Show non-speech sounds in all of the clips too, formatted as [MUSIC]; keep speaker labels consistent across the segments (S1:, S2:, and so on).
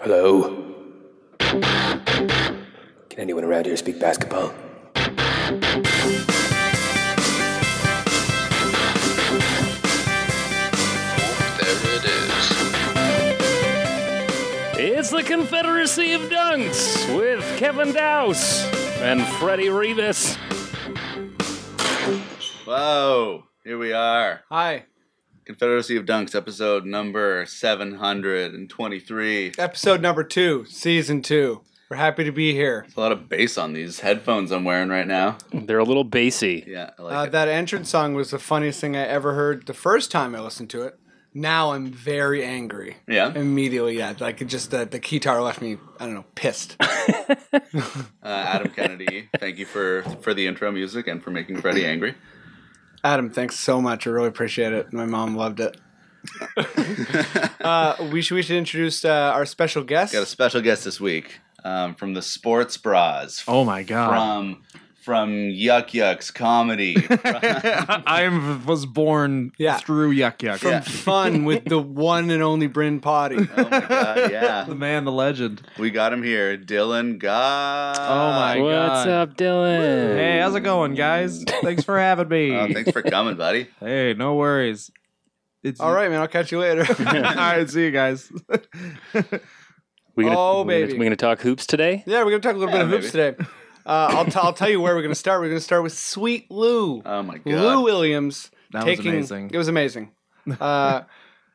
S1: Hello? Can anyone around here speak basketball?
S2: There it is.
S3: It's the Confederacy of Dunks with Kevin Dowse and Freddie Rivas.
S4: Whoa! Here we are.
S5: Hi.
S4: Confederacy of Dunks, episode number 723. It's
S5: Episode number two, season two. We're happy to be here.
S4: a lot of bass on these headphones I'm wearing right now.
S3: They're a little bassy.
S4: Yeah, I like
S5: Uh,
S4: it.
S5: that entrance song was the funniest thing I ever heard the first time I listened to it. Now I'm very angry.
S4: Yeah.
S5: Immediately, yeah. Like it just the, the guitar left me, I don't know,
S4: [LAUGHS]
S5: pissed.
S4: Uh, Adam Kennedy, thank you for for the intro music and for making Freddie angry.
S5: Adam, thanks so much. I really appreciate it. My mom loved
S4: [LAUGHS]
S5: it. uh, we should we should introduce uh, our special guest.
S4: Got a special guest this week um, from the Sports Bras.
S6: Oh my god!
S4: From from Yuck Yucks comedy. Oh
S6: I was born
S5: Yeah.
S6: through Yuck Yuck.
S5: From fun with
S4: [LAUGHS]
S5: the one and only Bryn Potty.
S4: oh my
S6: [LAUGHS]
S4: god,
S6: The
S4: yeah.
S6: man, the legend.
S4: We got him here, Dylan God.
S6: Oh my
S3: What's
S6: god!
S3: up, Dylan?
S6: Hey, how's it going, guys? Thanks for having me.
S4: Oh,
S5: Uh,
S4: thanks for coming, buddy.
S6: hey, no worries. It's
S5: All right, man. I'll catch
S4: [LAUGHS]
S5: you later.
S6: [LAUGHS] All right, see
S5: [LAUGHS]
S6: you guys.
S3: We gonna,
S5: Oh,
S3: we gonna-
S5: baby.
S3: we gonna talk hoops today?
S5: Yeah, we're gonna talk a little
S4: Yeah,
S5: bit of hoops today. Uh, I'll, t- I'll tell you where we're gonna start. We're gonna start with Sweet Lou,
S4: Oh my god.
S5: Lou Williams.
S6: That was
S5: taking,
S6: amazing.
S5: It was amazing. Uh,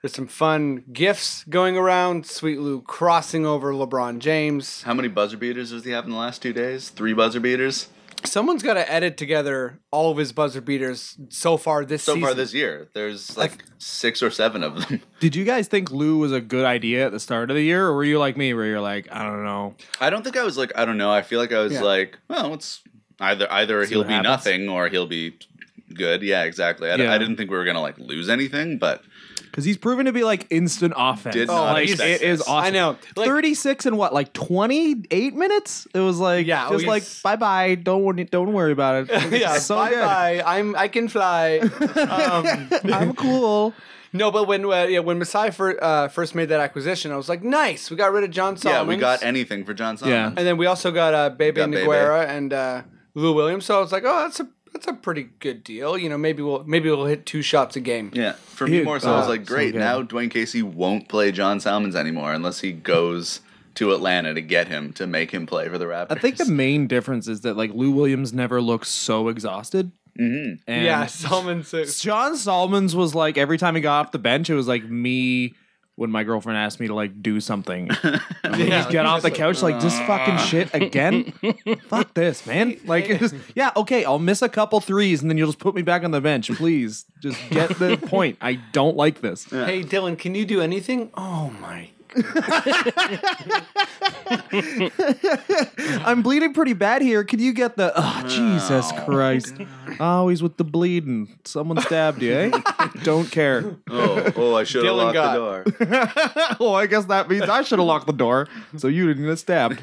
S5: there's some fun gifts going around. Sweet Lou crossing over LeBron James.
S4: How many buzzer beaters does he have in the last two days? Three buzzer beaters
S5: Someone's got to edit together all of his buzzer beaters so far this
S4: so
S5: season.
S4: far this year. There's like,
S5: Like-
S4: six or seven of them. [LAUGHS]
S6: Did you guys think Lou was a good idea at the start of the year, or were you like me, where you're like, I don't know?
S4: I don't think I was like I don't know. I feel like I was
S5: Yeah.
S4: like, well, it's either either
S6: See
S4: he'll
S6: what
S4: be
S6: happens.
S4: nothing or he'll be good. Yeah, exactly. I, d-
S6: Yeah.
S4: I didn't think we were gonna like lose anything, but
S6: Because he's proven to be like instant offense.
S4: Did not
S6: like
S4: expect
S6: it is
S4: this.
S6: awesome.
S5: I know. Like-
S6: 36 and what, like 28 minutes? It was like,
S5: Yeah,
S6: just
S5: we-
S6: like, bye bye. Don't worry, don't worry about
S5: [LAUGHS]
S6: it.
S5: yeah,
S6: so
S5: bye
S6: good.
S5: bye. I'm I
S4: [LAUGHS]
S5: can fly.
S6: [LAUGHS] I'm cool.
S5: no, but when uh, yeah, when Masai fir- uh, first made that acquisition, I was like, nice. We got rid of John
S4: yeah,
S5: Solomon.
S4: we got anything for John Solomon.
S5: And then we also got uh, Bebe
S4: Got Bebe.
S5: Naguera and uh, Lou Williams. So I was like, oh, that's a that's a pretty good deal. You know, maybe we'll maybe we'll hit two shots a game.
S4: Yeah, for me
S6: Dude,
S4: more so. I was
S6: uh,
S4: like,
S6: so
S4: great.
S6: good.
S4: now Dwayne Casey won't play John Salmons anymore unless he goes to Atlanta to get him to make him play for the Raptors.
S6: I think the main difference is that like Lou Williams never looks so exhausted. Mm-hmm. And
S5: Yeah, Solomon six.
S6: John Solomons was like every time he got off the bench, it was like me when my girlfriend asked me to like do something.
S5: Yeah.
S6: Just get off the couch, like just fucking shit again. Fuck this, man. Like, it just, [LAUGHS] yeah, okay, I'll miss a couple threes, and then you'll just put me back on the bench, please. Just get the point. I don't like this.
S5: Hey Dylan, can you do anything? Oh my.
S6: I'm bleeding pretty bad here. Can you get the? Oh, Jesus Christ! Always with the bleeding. Someone stabbed you, [LAUGHS] eh? Don't care.
S4: [LAUGHS] oh, oh, I should have locked
S5: Dylan got-
S4: the door.
S6: well, I guess that means I should have locked the door, so you didn't get stabbed.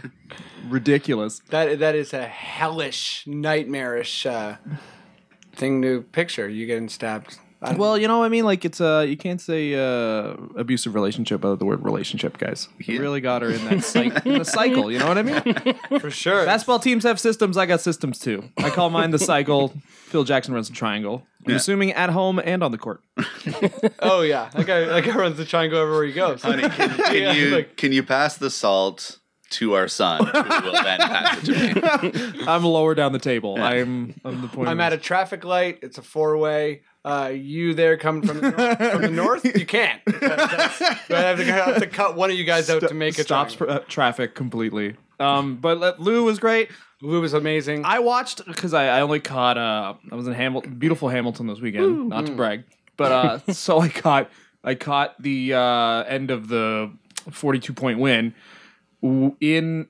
S6: Ridiculous.
S5: That that is a hellish, nightmarish uh, thing to picture. You getting stabbed. I don't-
S6: Well, you know what I mean. Like it's uh, you can't say uh, abusive relationship without the word relationship, guys. You really got her in that [LAUGHS] cycle. the cycle. You know what I mean?
S5: for sure.
S6: Basketball teams have systems. I got systems too. I call mine the cycle. Phil Jackson runs the triangle. I'm assuming at home and on the court.
S5: oh yeah, that guy that guy runs the triangle everywhere he goes.
S4: Honey, can, can
S5: [LAUGHS] Yeah,
S4: you
S5: like-
S4: can you pass the salt to our son, who will then pass it to me?
S5: [LAUGHS]
S6: I'm lower down the table. I'm I'm the point.
S5: I'm at a traffic light. It's a four way. Uh, you there coming from the north? From the north? You
S4: [LAUGHS]
S5: can't. That's- I have to, I have to cut one of you guys out to make it.
S6: stops
S5: triangle.
S6: uh, traffic completely. Um, but let- Lou was great.
S5: Lou was amazing.
S6: I watched because I, I only caught. Uh, I was in Hamilton, beautiful Hamilton this weekend. Not to brag, but [LAUGHS] uh, so I caught. I caught the uh, end of the forty-two point win w- in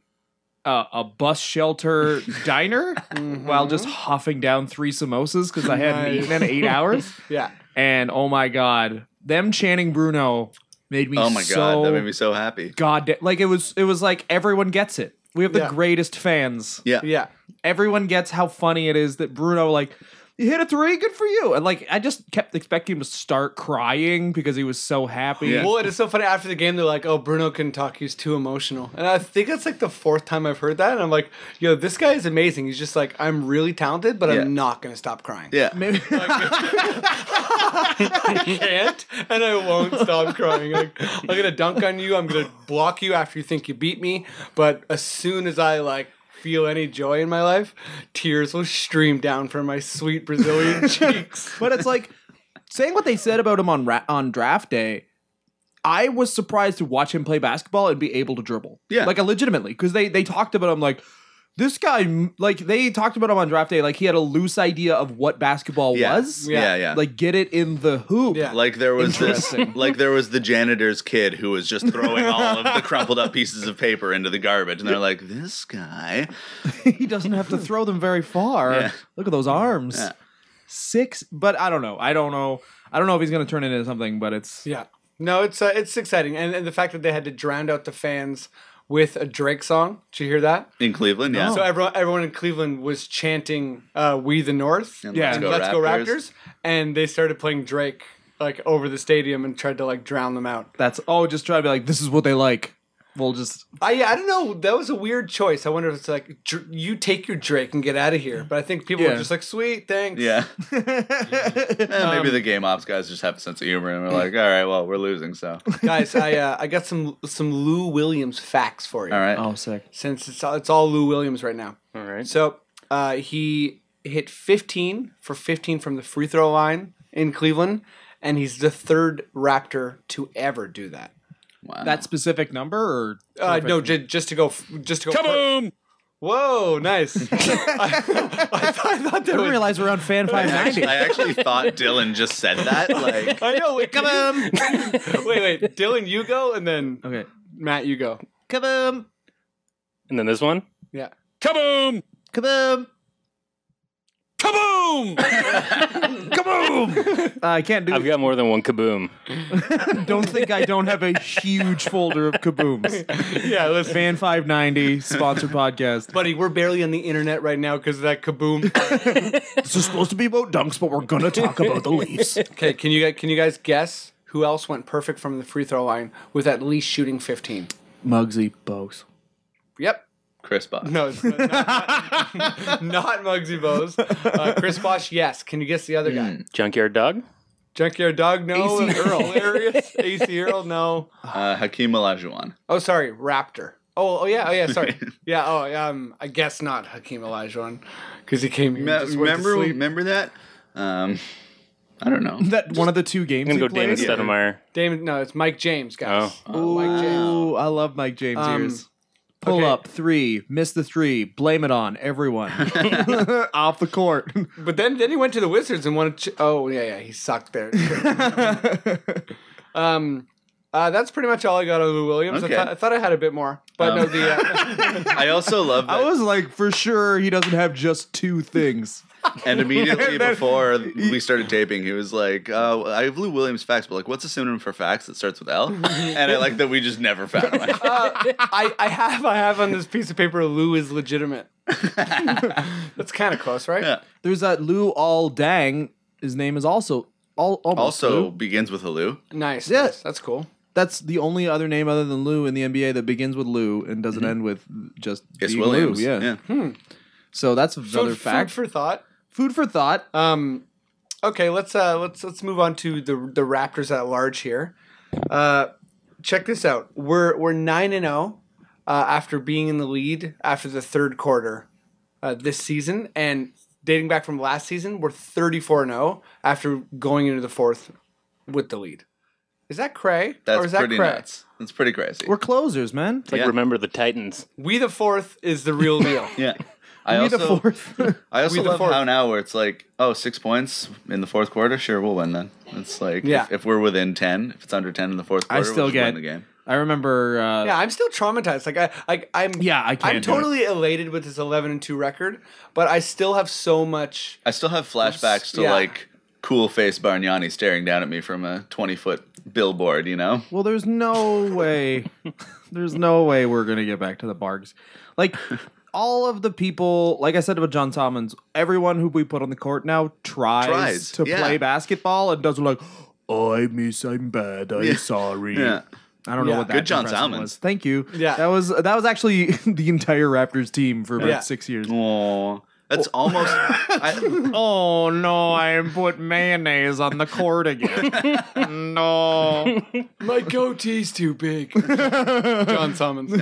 S6: uh, a bus [LAUGHS] shelter diner
S5: Mm-hmm.
S6: while just huffing down three samosas because I hadn't
S5: Nice.
S6: eaten in eight hours.
S5: yeah.
S6: And oh my god, them chanting Bruno made me
S4: Oh my
S6: so
S4: god, that made me so happy.
S6: goddamn like it was it was like everyone gets it. We have the
S5: Yeah.
S6: greatest fans
S4: Yeah.
S5: Yeah.
S6: everyone gets how funny it is that Bruno like you hit a three, good for you. And like, I just kept expecting him to start crying because he was so happy.
S4: Yeah.
S5: Well, it is so funny. After the game, they're like, "Oh, Bruno can talk. He's too emotional." And I think that's like the fourth time I've heard that. And I'm like, "Yo, this guy is amazing. He's just like, I'm really talented, but
S4: Yeah.
S5: I'm not gonna stop crying. [LAUGHS]
S4: Yeah.
S6: Maybe
S5: I can't, and I won't stop crying. Like, I'm gonna dunk on you. I'm gonna block you after you think you beat me. But as soon as I like feel any joy in my life, tears will stream down from my sweet Brazilian [LAUGHS] cheeks.
S6: but it's like saying what they said about him on ra- on draft day. I was surprised to watch him play basketball and be able to dribble.
S4: Yeah.
S6: like legitimately, because they they talked about him like this guy. m- Like they talked about him on draft day. Like he had a loose idea of what basketball
S4: Yeah.
S6: was.
S4: Yeah, yeah. Like,
S6: like get it in the hoop.
S5: Yeah.
S4: there was this
S6: Interesting.
S4: like there was the janitor's kid who was just throwing all of
S5: [LAUGHS]
S4: the crumpled up pieces of paper into the garbage and they're like, This guy
S6: he doesn't have
S4: [LAUGHS]
S6: to throw them very far.
S4: Yeah.
S6: Look at those arms.
S4: Yeah.
S6: Six, but I don't know. I don't know. I don't know if he's going to turn it into something, but it's
S5: Yeah. No, it's uh, it's exciting, and, and the fact that they had to drown out the fans with a Drake song. Did you hear that?
S4: in Cleveland, yeah.
S5: So everyone, everyone in Cleveland was chanting uh, "We the North"
S4: And
S5: and
S6: Yeah.
S5: "Let's, go, Raptors. and they started playing Drake like over the stadium and tried to like drown them out.
S6: that's oh, just try to be like this is what they like. We'll just
S5: I yeah, I don't know. That was a weird choice. I wonder if it's like Dr- you take your Drake and get out of here. But I think people
S6: Yeah.
S5: were just like, "Sweet, thanks." [LAUGHS]
S4: Yeah. Eh,
S5: Um,
S4: maybe the game ops guys just have a sense of humor and we're like, all right, well, we're losing, so
S5: guys, I uh, I got some some Lou Williams facts for you.
S4: all right.
S6: oh sick.
S5: Since it's all, it's all Lou Williams right now.
S3: All right.
S5: So uh, he hit 15 for 15 from the free throw line in Cleveland, and he's the third Raptor to ever do that.
S4: Wow.
S6: That specific number or
S5: Uh, no, j- just to go, f- just to go. fir-
S3: Kaboom!
S5: Whoa, nice! [LAUGHS] I, I thought, I thought
S6: I
S5: that
S6: didn't
S5: was.
S6: realize we're on [LAUGHS] fan five ninety.
S4: I actually thought Dylan just said that. Like,
S5: [LAUGHS] I know. Wait, wait, wait, Dylan, you go, and then
S6: Okay,
S5: Matt, you go.
S6: kaboom,
S3: And then this one.
S5: Yeah.
S3: Kaboom!
S6: kaboom,
S3: Kaboom!
S6: kaboom. [LAUGHS] I can't do.
S3: I've got more than one kaboom.
S6: don't think I don't have a huge folder of [LAUGHS] kabooms.
S5: Yeah, listen,
S6: Fan five ninety sponsored podcast.
S5: buddy, we're barely on the internet right now because of that kaboom.
S6: This is supposed to be about dunks, but we're gonna talk about the [LAUGHS] Leafs.
S5: Okay, can you guys- can you guys guess who else went perfect from the free throw line with at least shooting 15?
S6: Mugsy Bogues.
S5: Yep,
S4: Chris Bosh.
S5: No, it's not, [LAUGHS] not, not Muggsy Bowes. Uh, Chris Bosch, yes. Can you guess the other
S4: Hmm.
S5: guy?
S3: Junkyard dog?
S5: Junkyard Dog, no.
S6: AC Earl.
S5: Hilarious. AC Earl, no.
S4: Uh, Hakeem Olajuwon.
S5: [LAUGHS] Oh, sorry, Raptor. Oh, oh yeah, oh yeah,
S4: [LAUGHS]
S5: sorry. Yeah, oh, um, I guess not Hakeem Olajuwon because he came here. and
S4: Me-
S5: just went to
S4: remember,
S5: sleep.
S4: remember that? Um, I don't know.
S6: That one of the two games.
S3: I'm
S6: he
S3: gonna go Damon
S6: played?
S3: Stoudemire.
S5: Damon? No, it's Mike James, guys. Oh, Mike James.
S6: Ooh, I love Mike James
S5: Um,
S6: ears. Pull
S5: okay.
S6: up three, miss the three, blame it on [LAUGHS] everyone. Off the [LAUGHS] court.
S5: But then, then he went to the Wizards and won. A ch- oh yeah, yeah, he sucked there. um, uh, that's pretty much all I got on Lou Williams.
S4: Okay.
S5: I, thought, I thought I had a bit more, but
S6: Oh.
S5: no,
S4: Um.
S5: the. Uh,
S4: I
S5: [LAUGHS]
S4: also love that.
S6: I was like, for sure, he doesn't have just two things.
S4: and
S5: [LAUGHS]
S4: immediately before we started taping, he was like, uh, I have Lou Williams facts, but like, what's a synonym for facts that starts with
S5: [LAUGHS]
S4: L? And I like that we just never found one.
S5: I, I have I have on this piece of paper Lou is
S6: [LAUGHS]
S5: legitimate. That's kind of close, right?
S4: Yeah.
S6: There's that Lou All Dang. His name is also all almost
S4: Also
S6: Lou.
S4: begins with a Lou.
S5: Nice.
S6: Yeah.
S5: Yes, that's cool.
S6: That's the only other name other than Lou in the NBA that begins with Lou and doesn't end with just
S4: It's
S6: being
S4: Williams.
S6: Lou. Mm-hmm. Yeah.
S5: Hmm.
S6: So that's another
S5: Food,
S6: fact.
S5: food for thought.
S6: food for thought. Uh,
S5: Um, okay, let's uh, let's let's move on to the the Raptors at large here. Uh, check this out. We're we're nine and zero after being in the lead after the third quarter uh, this season, and dating back from last season, we're thirty four and zero after going into the fourth with the lead. Is that cray?
S4: That's
S5: or is that
S4: pretty
S5: cray?
S4: nuts. That's pretty crazy.
S6: We're closers, man.
S3: It's like
S4: Yeah.
S3: remember the Titans.
S5: We the Fourth is the real
S4: [LAUGHS]
S5: deal. [LAUGHS]
S4: yeah. I
S6: Be
S4: also,
S6: the [LAUGHS] fourth.
S4: I also
S5: We the
S4: love
S5: fourth.
S4: how now where it's like, oh, six points in the fourth quarter, sure, we'll win then. It's like
S5: Yeah.
S4: if, if we're within ten, if it's under ten in the fourth
S6: I
S4: quarter,
S6: still
S4: we'll just win
S6: get-
S4: the game.
S6: I remember. Uh,
S5: yeah, I'm still traumatized. Like I, I I'm.
S6: Yeah, I can't
S5: I'm
S6: do it.
S5: totally elated with this 11 and two record, but I still have so much.
S4: I still have flashbacks to
S5: Yeah.
S4: like cool face Bargnani staring down at me from a twenty foot billboard, you know?
S6: Well, there's no way. there's no way we're gonna get back to the Bargs. Like all of the people, like I said about John Tommins, everyone who we put on the court now tries,
S4: Tries,
S6: to
S4: yeah.
S6: play basketball and doesn't like, I miss, I'm bad, I'm
S4: Yeah.
S6: sorry.
S4: Yeah.
S6: I don't know
S5: Yeah.
S6: what that
S4: Good John
S6: impression
S4: Salmons.
S6: was. Thank you.
S5: Yeah.
S6: that was that was actually [LAUGHS] the entire Raptors team for about
S5: Yeah.
S6: six years.
S4: Mm. Aw. That's almost.
S6: [LAUGHS]
S4: I,
S6: Oh no! I put mayonnaise on the court again.
S4: [LAUGHS]
S6: no,
S5: My goatee's too big. [LAUGHS] John [LAUGHS] Summons.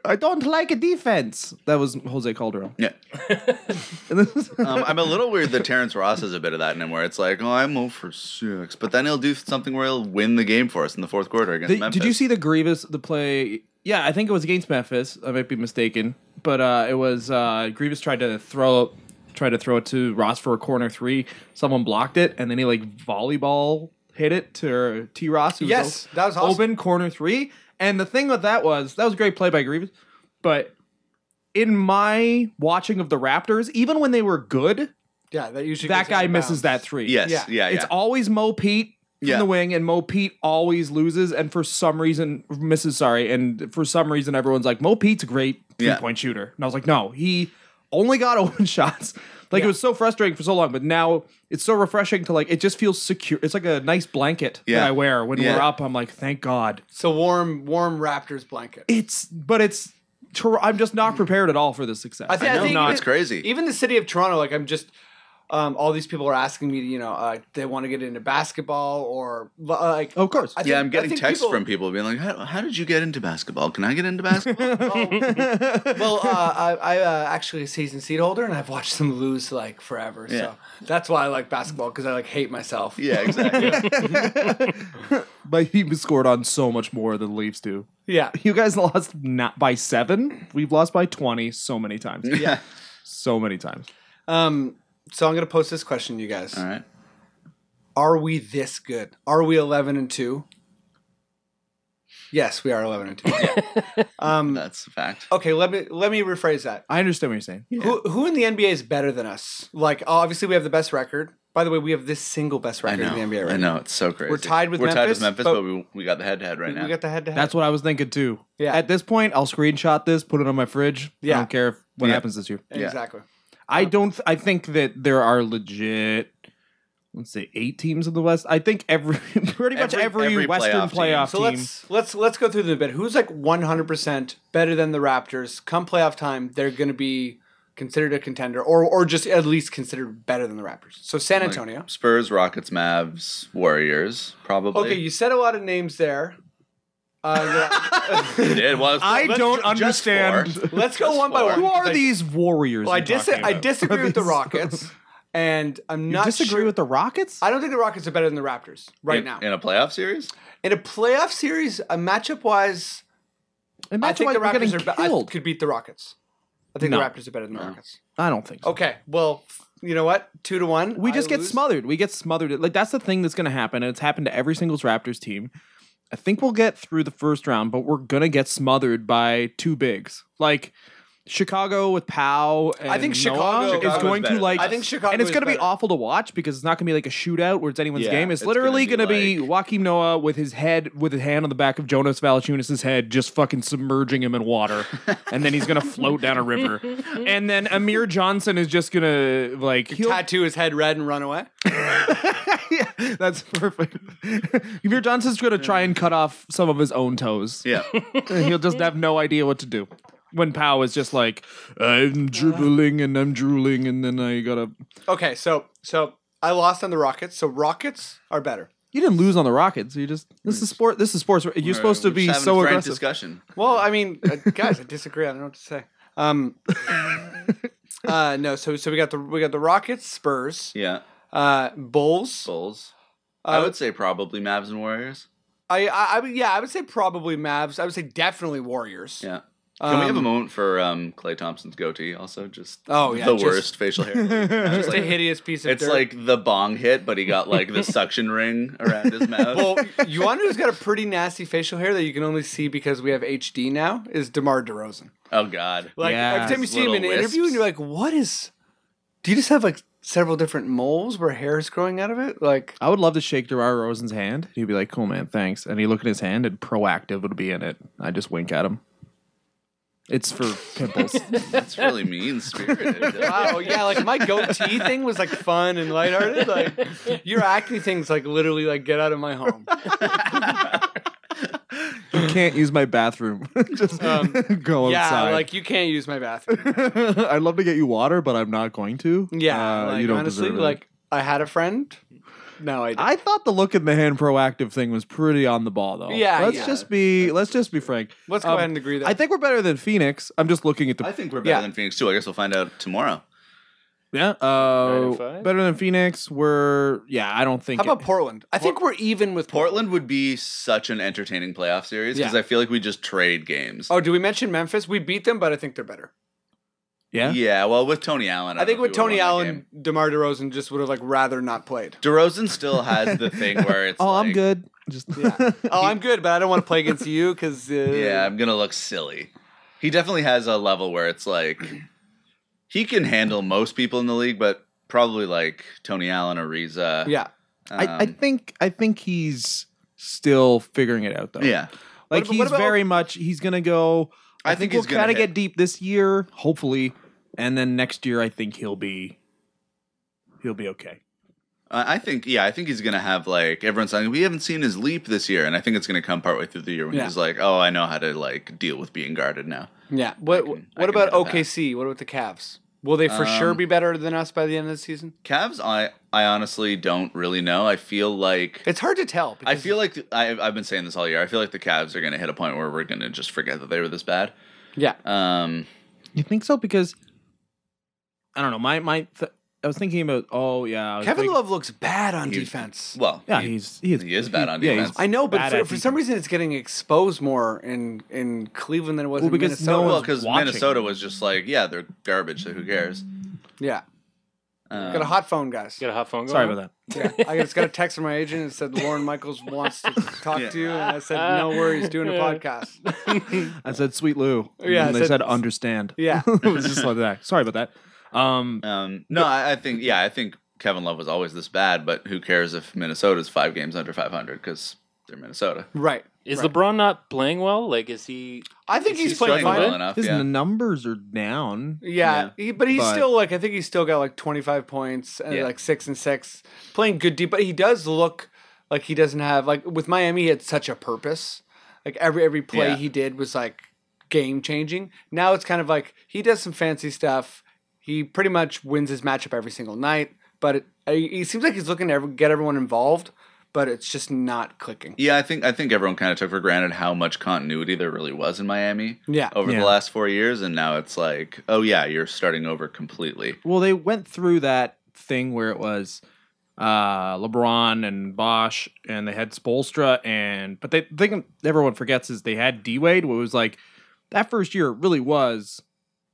S6: [LAUGHS] I don't like a defense. That was Jose Calderon.
S4: yeah.
S6: [LAUGHS]
S4: Um, I'm a little weird that Terrence Ross is a bit of that in him, where it's like, oh, I'm 0 for 6. But then he'll do something where he'll win the game for us in the fourth quarter against
S6: The-
S4: Memphis.
S6: did you see the Grievous the play? Yeah, I think it was against Memphis. I might be mistaken, but uh, it was uh, Grievous tried to throw tried to throw it to Ross for a corner three. Someone blocked it, and then he like volleyball hit it to T Ross. Who
S5: Yes,
S6: was o-
S5: that was awesome.
S6: open corner three. And the thing with that was that was a great play by Grievous, but in my watching of the Raptors, even when they were good,
S5: Yeah, that usually
S6: that
S5: goes out
S6: guy
S5: of
S6: misses that
S5: bounds.
S6: three.
S4: Yes.
S5: Yeah.
S4: Yeah. Yeah.
S6: It's always Mo Pete from
S4: Yeah.
S6: the wing, and Mo Pete always loses, and for some reason misses. Sorry, and for some reason everyone's like Mo Pete's a great three
S4: Yeah.
S6: point shooter, and I was like, no, he only got [LAUGHS] open shots. Like it was so frustrating for so long, but now it's so refreshing to like. It just feels secure. It's like a nice blanket that
S4: Yeah.
S6: I wear when
S4: Yeah.
S6: we're up. I'm like, thank God.
S5: It's a warm, warm Raptors blanket.
S6: It's but it's. Tor- I'm just not prepared at all for this success.
S5: I think, I
S4: know.
S5: think
S4: No,
S5: even-
S4: it's crazy.
S5: Even the city of Toronto, like I'm just, um, all these people are asking me, to, you know, uh, they want to get into basketball or uh, like.
S6: of course.
S5: I think-
S4: yeah,
S5: I
S4: I'm getting
S5: think
S4: texts from people being like, how, how did you get into basketball? Can I get into basketball?
S5: Well, uh, [LAUGHS] I, I uh, actually a season seat holder, and I've watched them lose like forever.
S4: Yeah.
S5: So that's why I like basketball because I like hate myself.
S4: yeah, exactly.
S6: My team scored on so much more than the Leafs do.
S5: yeah.
S6: You guys [LAUGHS] lost not by seven. We've lost by twenty so many times.
S4: yeah.
S6: so many times.
S5: Um. So I'm gonna post this question, to you guys.
S4: All right.
S5: Are we this good? Are we 11 and two? Yes, we are 11
S4: [LAUGHS]
S5: and two. um.
S4: That's a fact.
S5: Okay. Let me let me rephrase that.
S6: I understand what you're saying.
S5: Who who in the NBA is better than us? Like obviously we have the best record. By the way, we have this single best
S4: I
S5: record
S4: know.
S5: in the NBA right
S4: I know. It's so crazy.
S5: We're tied with
S4: We're tied with Memphis,
S5: Memphis, but-
S4: but, we, we got the head to head right
S5: now.
S4: now.
S5: We got the head to head.
S6: That's what I was thinking too.
S5: Yeah.
S6: At this point, I'll screenshot this, put it on my fridge.
S5: Yeah.
S6: I don't care if, what
S4: Yeah.
S6: happens this year.
S4: yeah.
S5: exactly.
S6: I don't. I think that there are legit. Let's say eight teams in the West. I think every [LAUGHS] pretty much
S4: Every-
S6: every,
S4: every
S6: Western
S4: playoff team.
S6: playoff team.
S5: So let's let's let's go through them a bit. Who's like 100% better than the Raptors come playoff time? They're going to be considered a contender or or just at least considered better than the Raptors. So San
S4: Like,
S5: Antonio.
S4: Spurs, Rockets, Mavs, Warriors, probably. [LAUGHS]
S5: Okay, you said a lot of names there. Uh,
S4: You did. Well,
S6: I
S4: let's
S6: don't
S4: ju- just
S6: understand.
S4: four.
S5: let's go one by
S4: four.
S5: one.
S6: Who are
S5: Like,
S6: these warriors?
S5: well, I,
S6: you're
S5: dis-
S6: talking
S5: I
S6: about?
S5: disagree
S6: Are
S5: with the
S6: these-
S5: Rockets, [LAUGHS] and I'm
S6: [LAUGHS] You
S5: not
S6: disagree
S5: sure.
S6: with the Rockets?
S5: I don't think the Rockets are better than the Raptors [LAUGHS] right
S4: in,
S5: now.
S4: in a playoff series.
S5: In a playoff series, a matchup wise,
S6: And
S5: I
S6: that's
S5: think
S6: why
S5: the
S6: we're
S5: Raptors
S6: getting
S5: are be- I
S6: killed.
S5: could beat the Rockets. I think
S6: No.
S5: the Raptors are better than the Rockets.
S6: I don't think so.
S5: Okay, well, f- you know what? Two to one.
S6: We
S5: I
S6: just get
S5: lose.
S6: smothered. We get smothered. Like that's the thing that's going to happen, and it's happened to every single Raptors team. I think we'll get through the first round, but we're going to get smothered by two bigs. Like Chicago with Powell. And
S5: I think
S6: Noah
S5: Chicago-
S6: is
S5: Chicago's
S6: going to
S4: better.
S6: like.
S5: I think Chicago.
S6: and it's
S5: is
S6: going to be
S5: better.
S6: awful to watch because it's not going to be like a shootout where it's anyone's
S4: Yeah,
S6: game. It's,
S4: it's gonna
S6: literally
S4: be
S6: going to be,
S4: like-
S6: Joaquin Noah with his head, with his hand on the back of Jonas Valanciunas' head, just fucking submerging him in water, and then he's going to float down
S5: [LAUGHS]
S6: a river. And then Amir Johnson is just going to like he'll-
S5: Tattoo his head red and run away.
S6: [LAUGHS] yeah, that's perfect. [LAUGHS] Amir Johnson's going to try and cut off some of his own toes.
S5: [LAUGHS]
S4: Yeah.
S6: [LAUGHS] And he'll just have no idea what to do. When Pow is just like, I'm dribbling and I'm drooling, and then I gotta.
S5: Okay, so so I lost on the Rockets. So Rockets are better.
S6: You didn't lose on the Rockets. You just this is sport. This is sports. You're supposed to
S4: We're just
S6: be
S4: having
S6: so
S4: a frank
S6: aggressive.
S4: discussion.
S5: Well, I mean, uh, guys, I disagree. I don't know what to say.
S4: [LAUGHS]
S5: Um, uh, no, so so we got the we got the Rockets, Spurs,
S4: Yeah.
S5: uh, Bulls.
S4: Bulls. I
S5: Uh,
S4: would say probably Mavs and Warriors.
S5: I, I, I would- yeah, I would say probably Mavs. I would say definitely Warriors.
S4: Yeah. Can we have a
S5: Um,
S4: moment for um, Clay Thompson's goatee? Also, just
S5: Oh, yeah,
S4: the
S5: just-
S4: worst facial
S5: [LAUGHS]
S4: hair.
S5: Just a hideous piece of
S4: it's
S5: dirt.
S4: like the bong hit, but he got like
S5: [LAUGHS]
S4: the suction ring around his mouth.
S5: well, you want to know who's got a pretty nasty facial hair that you can only see because we have HD now is Demar Derozan.
S4: oh God.
S5: Like
S6: Yeah,
S5: every time you
S4: his
S5: see him in an
S4: little
S5: interview, and
S4: wisps.
S5: you're like, "What is? Do you just have like several different moles where hair is growing out of it?" Like,
S6: I would love to shake Derar Rosen's hand. He'd be like, "Cool, man, thanks." And he'd look at his hand, and proactive would be in it. I just wink at him. It's for pimples.
S5: [LAUGHS]
S4: That's really mean spirited.
S5: Wow, yeah, like my goatee thing was like fun and lighthearted. Like your acne thing's like literally like get out of my home.
S6: you can't use my bathroom. [LAUGHS] Just
S5: Um,
S6: go
S5: yeah,
S6: outside.
S5: like you can't use my bathroom.
S6: [LAUGHS] I'd love to get you water, but I'm not going to.
S5: Yeah,
S6: Uh,
S5: like,
S6: you don't
S5: honestly,
S6: deserve it.
S5: like I had a friend. No, I didn't.
S6: I thought the look in the hand proactive thing was pretty on the ball though.
S5: Yeah,
S6: let's
S5: yeah.
S6: just be let's just be frank.
S5: Let's go
S6: Um,
S5: ahead and agree that.
S6: I think we're better than Phoenix. I'm just looking at the
S4: I think we're better
S5: Yeah.
S4: than Phoenix too. I guess we'll find out tomorrow.
S6: yeah.
S3: Nine
S6: Uh,
S3: to five?
S6: better than Phoenix. We're yeah. I don't think
S5: How about
S6: it-
S5: Portland? I think we're even with
S4: Portland would be such an entertaining playoff series because
S5: Yeah.
S4: I feel like we just trade games.
S5: Oh, do we mention Memphis? We beat them, but I think they're better.
S6: yeah.
S4: yeah. Well, with Tony Allen,
S5: I,
S4: don't
S5: think
S4: know if
S5: with
S4: we would've
S5: Tony
S4: won that
S5: Allen, DeMar DeRozan just would have like rather not played.
S4: game. DeRozan still has
S5: [LAUGHS]
S4: the thing where it's.
S6: Oh, I'm
S4: like,
S6: good. Just
S5: Oh, I'm good, but I don't want to play against you because uh,
S4: Yeah, I'm gonna look silly. He definitely has a level where it's like he can handle most people in the league, but probably like Tony Allen or Reza.
S5: yeah.
S6: [LAUGHS] I,
S4: Um,
S6: I think I think he's still figuring it out though.
S4: yeah.
S5: What
S6: Like
S5: ab-
S6: he's
S5: what about-
S6: very much he's gonna go. I,
S4: I think
S6: think, we'll
S4: he's gonna
S6: try to
S4: hit.
S6: get deep this year, hopefully, and then next year I think he'll be he'll be okay.
S4: I I think yeah, I think he's gonna have like everyone's saying we haven't seen his leap this year, and I think it's gonna come partway through the year when
S5: Yeah.
S4: he's like, oh, I know how to like deal with being guarded now.
S5: Yeah. What
S4: can- I
S5: what
S4: can
S5: about
S4: handle that.
S5: OKC? What about the Cavs? Will they for sure
S4: Um,
S5: be better than us by the end of the season?
S4: Cavs, I I honestly don't really know. I feel like
S5: It's hard to tell.
S4: I
S5: because-
S4: feel like I, I've been saying this all year. I feel like the Cavs are gonna hit a point where we're gonna just forget that they were this bad.
S5: yeah.
S4: Um,
S6: You think so? Because I don't know. My my th- I was thinking about oh yeah I was
S5: Kevin
S6: thinking-
S5: Love looks bad on
S4: he-
S5: defense.
S4: well,
S6: yeah
S4: he-
S6: he's he is,
S4: he is bad on
S6: yeah,
S4: defense.
S5: I know, but
S6: bad
S5: for,
S6: at
S5: for some
S6: defense.
S5: reason it's getting exposed more in in Cleveland than it was
S6: Well,
S5: in
S6: because
S5: Minnesota.
S6: no
S4: well,
S6: one's
S4: because
S6: watching.
S4: Minnesota was just like, yeah, they're garbage, so who cares?
S5: yeah.
S4: Um,
S5: Got a hot phone, guys.
S3: Get a hot phone. Going
S6: sorry
S3: on?
S6: about that.
S4: [LAUGHS]
S5: Yeah, I just got a text from my agent and said Lauren Michaels wants to talk
S4: Yeah.
S5: to you, and I said no worries,
S4: [LAUGHS]
S5: doing a podcast.
S6: I said sweet Lou.
S5: Yeah, I
S6: and they
S5: said-
S6: said understand.
S5: Yeah,
S6: [LAUGHS] it was just like that. Sorry about that. Um,
S4: um, no, I, I think yeah, I think Kevin Love was always this bad, but who cares if Minnesota's five games under five hundred because they're Minnesota.
S5: right.
S3: Is
S5: Right.
S3: LeBron not playing well? Like, is he?
S5: I think
S4: He's
S5: he's, playing
S4: struggling well
S5: fine.
S4: enough.
S6: his
S4: yeah.
S6: numbers are down.
S5: Yeah, he, but he's
S6: But-
S5: still like I think he's still got like 25 points and
S4: Yeah.
S5: like six and six, playing good deep. But he does look like he doesn't have like with Miami, he had such a purpose. Like every every play
S4: Yeah.
S5: he did was like game changing. Now it's kind of like he does some fancy stuff. He pretty much wins his matchup every single night, but it, he he seems like he's looking to ever- get everyone involved, but it's just not clicking.
S4: Yeah, I think I think everyone kind of took for granted how much continuity there really was in Miami
S5: Yeah,
S4: over
S6: Yeah.
S4: the last four years, and now it's like, oh yeah, you're starting over completely.
S6: Well, they went through that thing where it was uh, LeBron and Bosch, and they had Spolstra, and but they the thing everyone forgets is they had D Wade. What was like that first year really was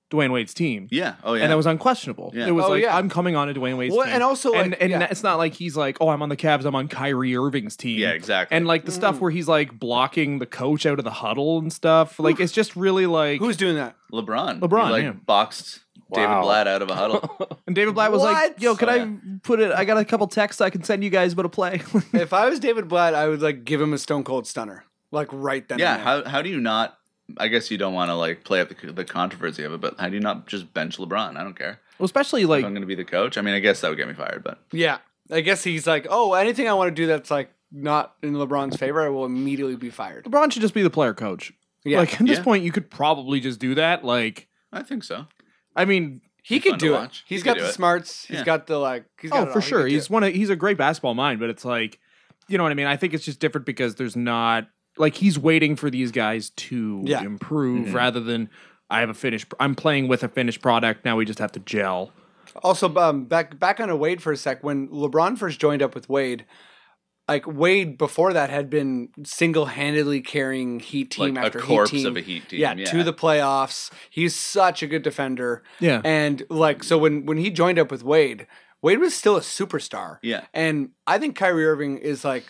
S6: Dwayne Wade's team,
S4: Yeah. Oh yeah.
S6: and that was unquestionable.
S4: Yeah.
S6: It was
S5: Oh,
S6: like
S5: yeah.
S6: I'm coming on to Dwayne Wade's
S5: Well,
S6: team,
S5: and also, like,
S6: and, and
S5: yeah.
S6: it's not like he's like, oh, I'm on the Cavs, I'm on Kyrie Irving's team,
S4: yeah, exactly.
S6: and like the
S5: Mm.
S6: stuff where he's like blocking the coach out of the huddle and stuff. Like it's just really like
S5: who's doing that?
S4: LeBron.
S6: LeBron,
S4: he, like
S6: yeah.
S4: boxed David
S3: Wow.
S4: Blatt out of a
S5: [LAUGHS] Oh,
S4: huddle.
S6: And David Blatt was like,
S5: What?
S6: "Yo, can
S4: Oh,
S6: I put it? I got a couple texts I can send you guys, but a play." [LAUGHS]
S5: If I was David Blatt, I would like give him a stone cold stunner, like right then. and
S4: yeah.
S5: there.
S4: How how do you not? I guess you don't want to like play up the, the controversy of it, but how do you not just bench LeBron? I don't care.
S6: well, especially like
S4: If I'm going to be the coach. I mean, I guess that would get me fired, but
S5: Yeah. I guess he's like, oh, anything I want to do that's like not in LeBron's favor, I will immediately be fired.
S6: LeBron should just be the player coach.
S5: Yeah.
S6: Like at this
S4: Yeah.
S6: point, you could probably just do that. Like,
S4: I think so.
S6: I mean,
S5: he
S4: He's
S5: could
S4: fun to
S5: do it.
S4: watch.
S5: He's
S4: He could
S5: got
S4: do
S5: the
S4: it.
S5: smarts. He's
S4: Yeah.
S5: got the like. He's got
S6: oh
S5: it
S6: for
S5: all. He
S6: sure,
S5: could do
S6: he's
S5: it.
S6: one. Of, he's a great basketball mind, but it's like, you know what I mean. I think it's just different because there's not like he's waiting for these guys to
S5: Yeah.
S6: improve rather than I have a finished. I'm playing with a finished product now. We just have to gel.
S5: Also, um, back back on to Wade for a sec. When LeBron first joined up with Wade, like Wade before that had been single handedly carrying Heat team
S4: Like a
S5: after
S4: corpse
S5: Heat team.
S4: of a Heat team,
S5: Yeah,
S4: yeah.
S5: to the playoffs. He's such a good defender.
S6: Yeah.
S5: and like so when when he joined up with Wade, Wade was still a superstar.
S4: Yeah.
S5: and I think Kyrie Irving is like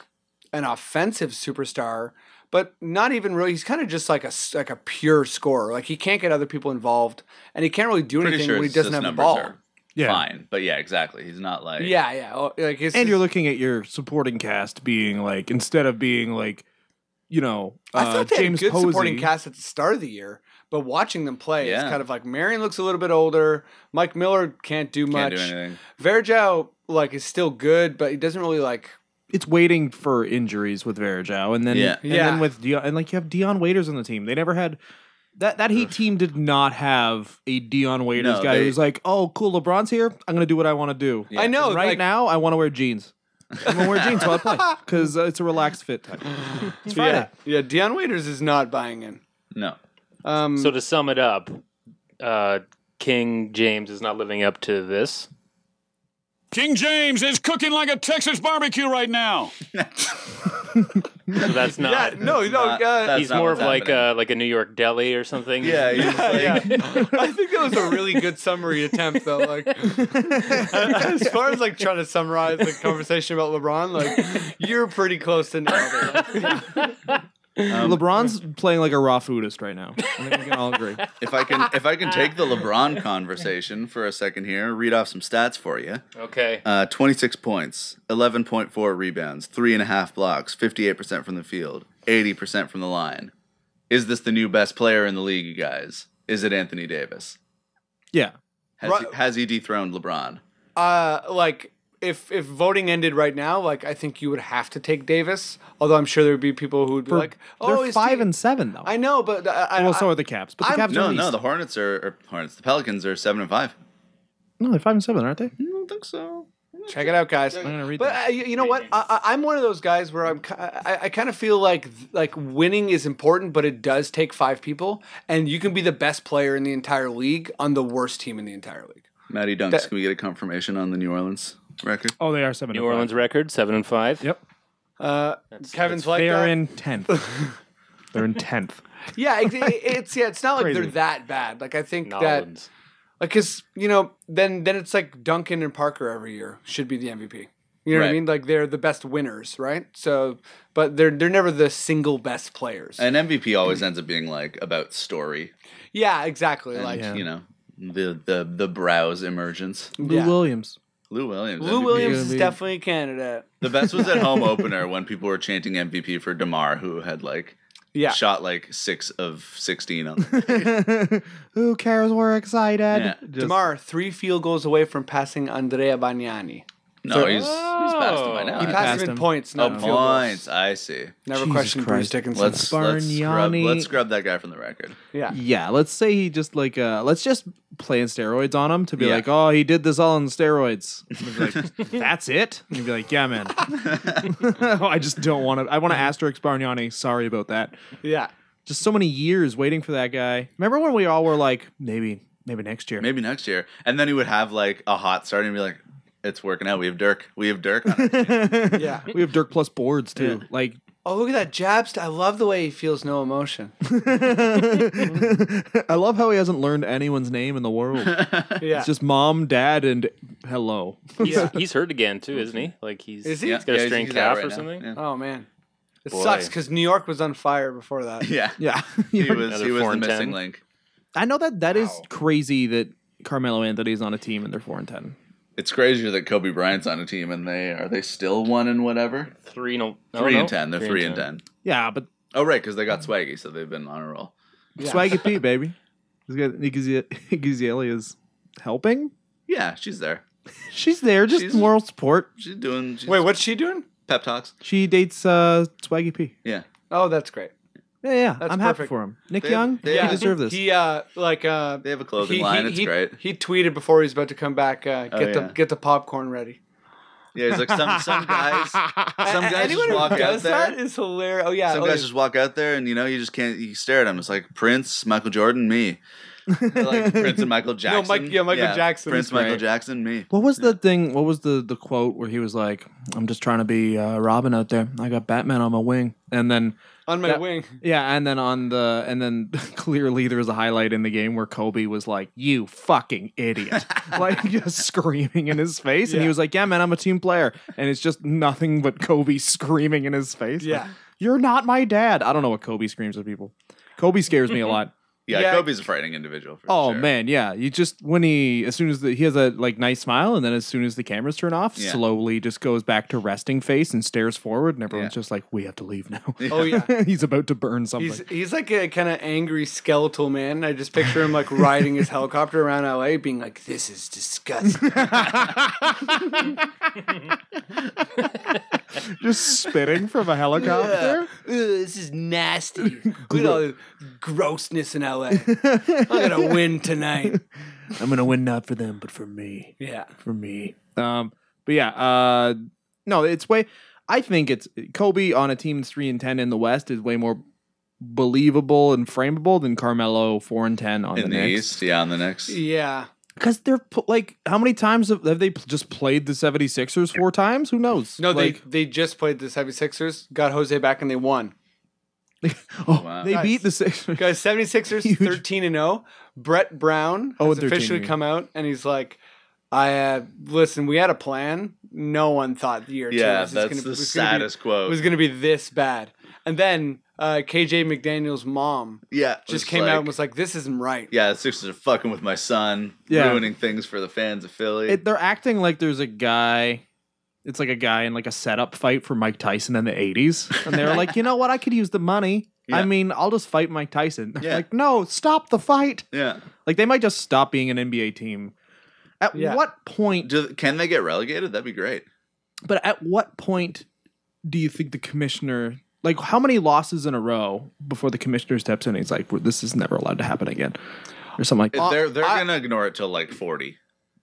S5: an offensive superstar. But not even really. He's kind of just like a s- like a pure scorer. Like he can't get other people involved, and he can't really do
S4: Pretty
S5: anything
S4: sure
S5: when he
S4: it's just
S5: doesn't have the
S4: numbers
S5: ball.
S4: are
S6: Yeah.
S4: fine, but yeah, exactly. He's not like
S5: Yeah, yeah. Oh, Like it's
S6: and you're
S5: just-
S6: looking at your supporting cast being like instead of being like you know uh,
S5: I thought they
S6: James
S5: had a good
S6: Posey,
S5: supporting cast at the start of the year, But watching them play, it's
S4: Yeah.
S5: kind of like Marion looks a little bit older. Mike Miller can't do
S4: Can't
S5: much.
S4: do anything.
S5: Verjao like is still good, but he doesn't really like.
S6: it's waiting for injuries with Verajao, and then
S4: Yeah.
S6: and
S5: Yeah.
S6: then with Dion, and like you have Dion Waiters on the team. They never had that that Heat team did not have a Dion Waiters
S4: No,
S6: guy
S4: they-
S6: who's like, oh, cool, LeBron's here. I'm gonna do what I want to do.
S4: Yeah.
S5: I know
S6: right
S5: like,
S6: now, I want to wear jeans. I'm gonna wear jeans while
S5: [LAUGHS]
S6: I play because uh, it's a relaxed fit type. It's Friday.
S5: Yeah, yeah. Deion Waiters is not buying in.
S4: No.
S5: Um,
S3: So to sum it up, uh, King James is not living up to this.
S7: King James is cooking like a Texas barbecue right now.
S3: So
S6: [LAUGHS]
S3: that's not.
S5: yeah, no, no.
S4: not-
S5: uh,
S4: that's
S3: he's
S4: not
S3: more of
S4: what's
S3: like
S4: happening.
S3: a, like a New York deli or something.
S4: Yeah, he's like,
S5: [LAUGHS] yeah. I think that was a really good summary attempt, though.
S6: [LAUGHS]
S5: Like, as far as like trying to summarize the conversation about LeBron, like you're pretty close to nailed it.
S6: [LAUGHS]
S5: Um,
S6: LeBron's playing like a raw foodist right now. I think we can
S5: [LAUGHS]
S6: all agree.
S4: if I can if I can take the LeBron conversation for a second here, read off some stats for you.
S3: Okay.
S4: Uh, 26 points, 11.4 rebounds, three and a half blocks, 58% from the field, 80% from the line. Is this the new best player in the league, you guys? Is it Anthony Davis?
S6: Yeah,
S4: Has,
S5: Right.
S4: he, has he dethroned LeBron?
S5: Uh, like if if voting ended right now, like I think you would have to take Davis. Although I'm sure there would be people who would be like, "Oh,
S6: they're
S5: is
S6: five
S5: he-"
S6: and seven though.
S5: I know, but uh, I,
S6: well,
S5: I-
S6: so are the Caps, but the
S5: I'm-
S6: Caps
S4: No,
S6: are in the
S4: no,
S6: East.
S4: the Hornets are or Hornets. The Pelicans are seven and five.
S6: no, they're five and seven, aren't they?
S4: I don't think so.
S5: check it out, guys.
S6: I'm gonna read
S5: But
S6: that.
S5: uh, you, you know what? I, I, I'm one of those guys where I'm. ki- I, I kind of feel like th- like winning is important, but it does take five people, and you can be the best player in the entire league on the worst team in the entire league.
S4: Matty Dunks,
S5: That-
S4: can we get a confirmation on the New Orleans record?
S6: Oh, they are seven.
S3: New
S6: and five.
S3: Orleans record seven and five.
S6: Yep.
S5: Uh, Kevin's like
S6: They are
S5: that.
S6: in tenth. They're in tenth.
S5: Yeah, it, it- it's yeah, it's not like they're
S6: Crazy.
S5: that bad. Like I think that
S3: Nolans.
S5: like because you know then then it's like Duncan and Parker every year should be the MVP. You know what I
S4: Right.
S5: mean? Like they're the best winners, right? So, but they're they're never the single best players.
S4: And MVP always ends up being like about story,
S5: yeah, exactly.
S4: and,
S5: Like
S4: you know, the the the brow's emergence.
S6: Lou
S5: Yeah.
S6: Williams.
S4: Lou Williams.
S5: Lou
S4: MVP.
S5: Williams
S6: gonna
S5: is
S6: be-
S5: definitely a candidate.
S4: The best was
S3: [LAUGHS]
S4: at home opener when people were chanting MVP for Demar, who had like
S5: Yeah,
S4: shot like six of sixteen on.
S5: [LAUGHS]
S4: the-
S6: Who cares? We're excited.
S4: Yeah.
S6: Just-
S5: Demar three field goals away from passing Andrea Bagnani.
S4: No, he's he's passed him by
S3: Oh.
S4: now.
S5: He
S4: I
S5: passed,
S6: passed
S5: him in
S6: him.
S5: points,
S4: think.
S5: not in
S4: Oh,
S5: field goals.
S4: points. I see.
S5: Never
S6: Jesus
S5: questioned Bruce
S6: Christ.
S5: Dickinson.
S4: Let's let's scrub,
S6: Bargnani.
S4: let's scrub that guy from the record.
S5: yeah,
S6: Yeah, let's say he just like uh let's just play in steroids on him to be
S4: Yeah.
S6: like, oh, he did this all on steroids. And he'd be like, That's it. And you'd be like, yeah, man. [LAUGHS] Oh, I just don't want to. I want to asterisk Bargnani. Sorry about that.
S5: yeah.
S6: Just so many years waiting for that guy. Remember when we all were like, maybe, maybe next year.
S4: Maybe next year, and then he would have like a hot start and be like, "It's working out. We have Dirk. We have Dirk."
S5: [LAUGHS]
S4: on it."
S5: Yeah. [LAUGHS]
S6: We have Dirk plus boards too. Like,
S5: Oh, look at that jab. St- I love the way he feels no emotion.
S6: I love how he hasn't learned anyone's name in
S4: [LAUGHS]
S6: the world.
S5: Yeah.
S6: It's just mom, dad, and hello.
S3: He's, he's hurt again too, isn't he? Like he's
S5: Is he?
S3: he's got a
S4: Yeah, I
S3: strained
S4: think he's
S3: calf
S4: out
S3: or
S4: right now.
S3: something.
S4: Yeah. [LAUGHS]
S5: oh man, it
S3: Boy.
S5: sucks because New York was on fire before
S4: [LAUGHS]
S5: that. [LAUGHS]
S4: Yeah.
S6: [LAUGHS] Yeah.
S4: He was
S3: Another
S4: he was
S3: four
S4: the
S3: and
S4: missing
S3: 10.
S4: link.
S6: I know that that is crazy that Carmelo Anthony's on a team and they're four and ten.
S4: It's crazier that Kobe Bryant's on a team and they are they still one and whatever?
S3: Three no, no,
S4: Three
S3: no.
S4: and ten. They're three, and ten.
S6: Yeah, but
S4: Oh right, because they got
S5: Mm.
S4: swaggy, so they've been on a roll.
S6: Swaggy [LAUGHS] P, baby. He's got Igizeli is helping.
S4: Yeah, she's there.
S6: She's there, just
S4: She's-
S6: moral support.
S4: She's doing she's
S5: Wait, what's she doing?
S4: pep talks.
S6: She dates uh, Swaggy P.
S4: Yeah.
S5: Oh, that's great.
S6: Yeah, yeah.
S5: That's
S6: I'm
S5: perfect.
S6: happy for him. Nick
S4: They-
S6: Young,
S4: they-
S6: they,
S4: Yeah.
S6: deserve this.
S5: He uh, like uh,
S4: They have a clothing line. it's
S5: he,
S4: great.
S5: He tweeted before he was about to come back. Uh, get
S4: Oh,
S5: the
S4: yeah.
S5: get the popcorn ready.
S4: Yeah, he's like some some
S5: [LAUGHS]
S4: guys. Some
S5: A-
S4: guys
S5: anyone
S4: just
S5: who
S4: walk out
S5: does
S4: there.
S5: that is hilarious. Oh yeah,
S4: Some
S5: oh,
S4: guys just walk out there and you know you just can't. You stare at them. It's like Prince, Michael Jordan, me.
S5: [LAUGHS]
S4: like Prince and Michael Jackson.
S5: Mike- yeah, Michael Jackson
S4: Prince,
S5: is
S4: Michael
S5: great.
S4: Jackson, me.
S6: What was the thing? What was the the quote where he was like, "I'm just trying to be uh, Robin out there. I got Batman on my wing." And then
S5: on my
S6: that-
S5: wing.
S6: yeah, and then on the and then [LAUGHS] clearly there was a highlight in the game where Kobe was like, "You fucking idiot!"
S5: [LAUGHS]
S6: like just screaming in his face, and
S5: Yeah.
S6: he was like, "Yeah, man, I'm a team player," and it's just nothing but Kobe [LAUGHS] screaming in his face.
S5: Yeah. [LAUGHS]
S6: You're not my dad. I don't know what Kobe screams at people. Kobe scares me a lot.
S4: Yeah,
S5: Yeah.
S4: Kobe's a frightening individual. For
S6: Oh
S4: sure.
S6: man, yeah. You just when he as soon as the, he has a like nice smile, and then as soon as the cameras turn off,
S4: Yeah.
S6: slowly just goes back to resting face and stares forward, and everyone's
S4: Yeah.
S6: just like, "We have to leave now."
S5: Oh yeah.
S6: [LAUGHS] he's about to burn something.
S5: [LAUGHS] He's he's like a kind of angry skeletal man. I just picture him like riding [LAUGHS] his helicopter around LA, being like, "This is disgusting."
S6: just spitting from a [LAUGHS] helicopter.
S5: Ugh, this is nasty. Look at all the grossness in LA. I'm gonna win tonight.
S6: [LAUGHS] I'm gonna win not for them, but for me.
S5: Yeah.
S6: For me. [LAUGHS] Um. But yeah. Uh. No, it's way. I think it's Kobe on a team that's three and ten in the West is way more believable and frameable than Carmelo four and ten on
S4: in the,
S6: the Knicks.
S4: East, yeah, on the Knicks.
S5: Yeah.
S6: Because they're pl- like, how many times have, have they pl- just played the 76ers four times? Who knows?
S5: No,
S6: like,
S5: they they just played the 76ers, got Jose back, and they won.
S6: oh,
S4: Wow.
S6: they
S5: Nice.
S6: beat the Sixers.
S5: Guys, 76ers
S6: [LAUGHS] Huge.
S5: 13 and 0. Brett Brown
S6: Oh,
S5: has
S6: and 13,
S5: officially
S6: yeah.
S5: come out and he's like, I uh, listen, we had a plan. No one thought the year two
S4: Yeah,
S5: was
S4: that's
S5: gonna,
S4: the
S5: was
S4: saddest
S5: gonna be,
S4: quote.
S5: was going to be this bad. And then uh, KJ McDaniel's mom
S4: yeah, it's
S5: just came out and
S4: like,
S5: was like, "This isn't right."
S4: yeah, the Sixers are fucking with my son,
S6: Yeah.
S4: ruining things for the fans of Philly.
S6: It, they're acting like there's a guy. It's like a guy in like a setup fight for Mike Tyson in the 80s. And they were like, you know what? I could use the money.
S4: Yeah.
S6: I mean, I'll just fight Mike Tyson.
S4: Yeah.
S6: Like, no, stop the fight.
S4: yeah,
S6: Like, they might just stop being an NBA team. At
S5: Yeah.
S6: what point
S4: Do, can they get relegated? That'd be great.
S6: But at what point do you think the commissioner, like, how many losses in a row before the commissioner steps in and he's like, "Well, this is never allowed to happen again? Or something like that.
S4: they're they're
S5: I-
S4: gonna ignore it till like forty.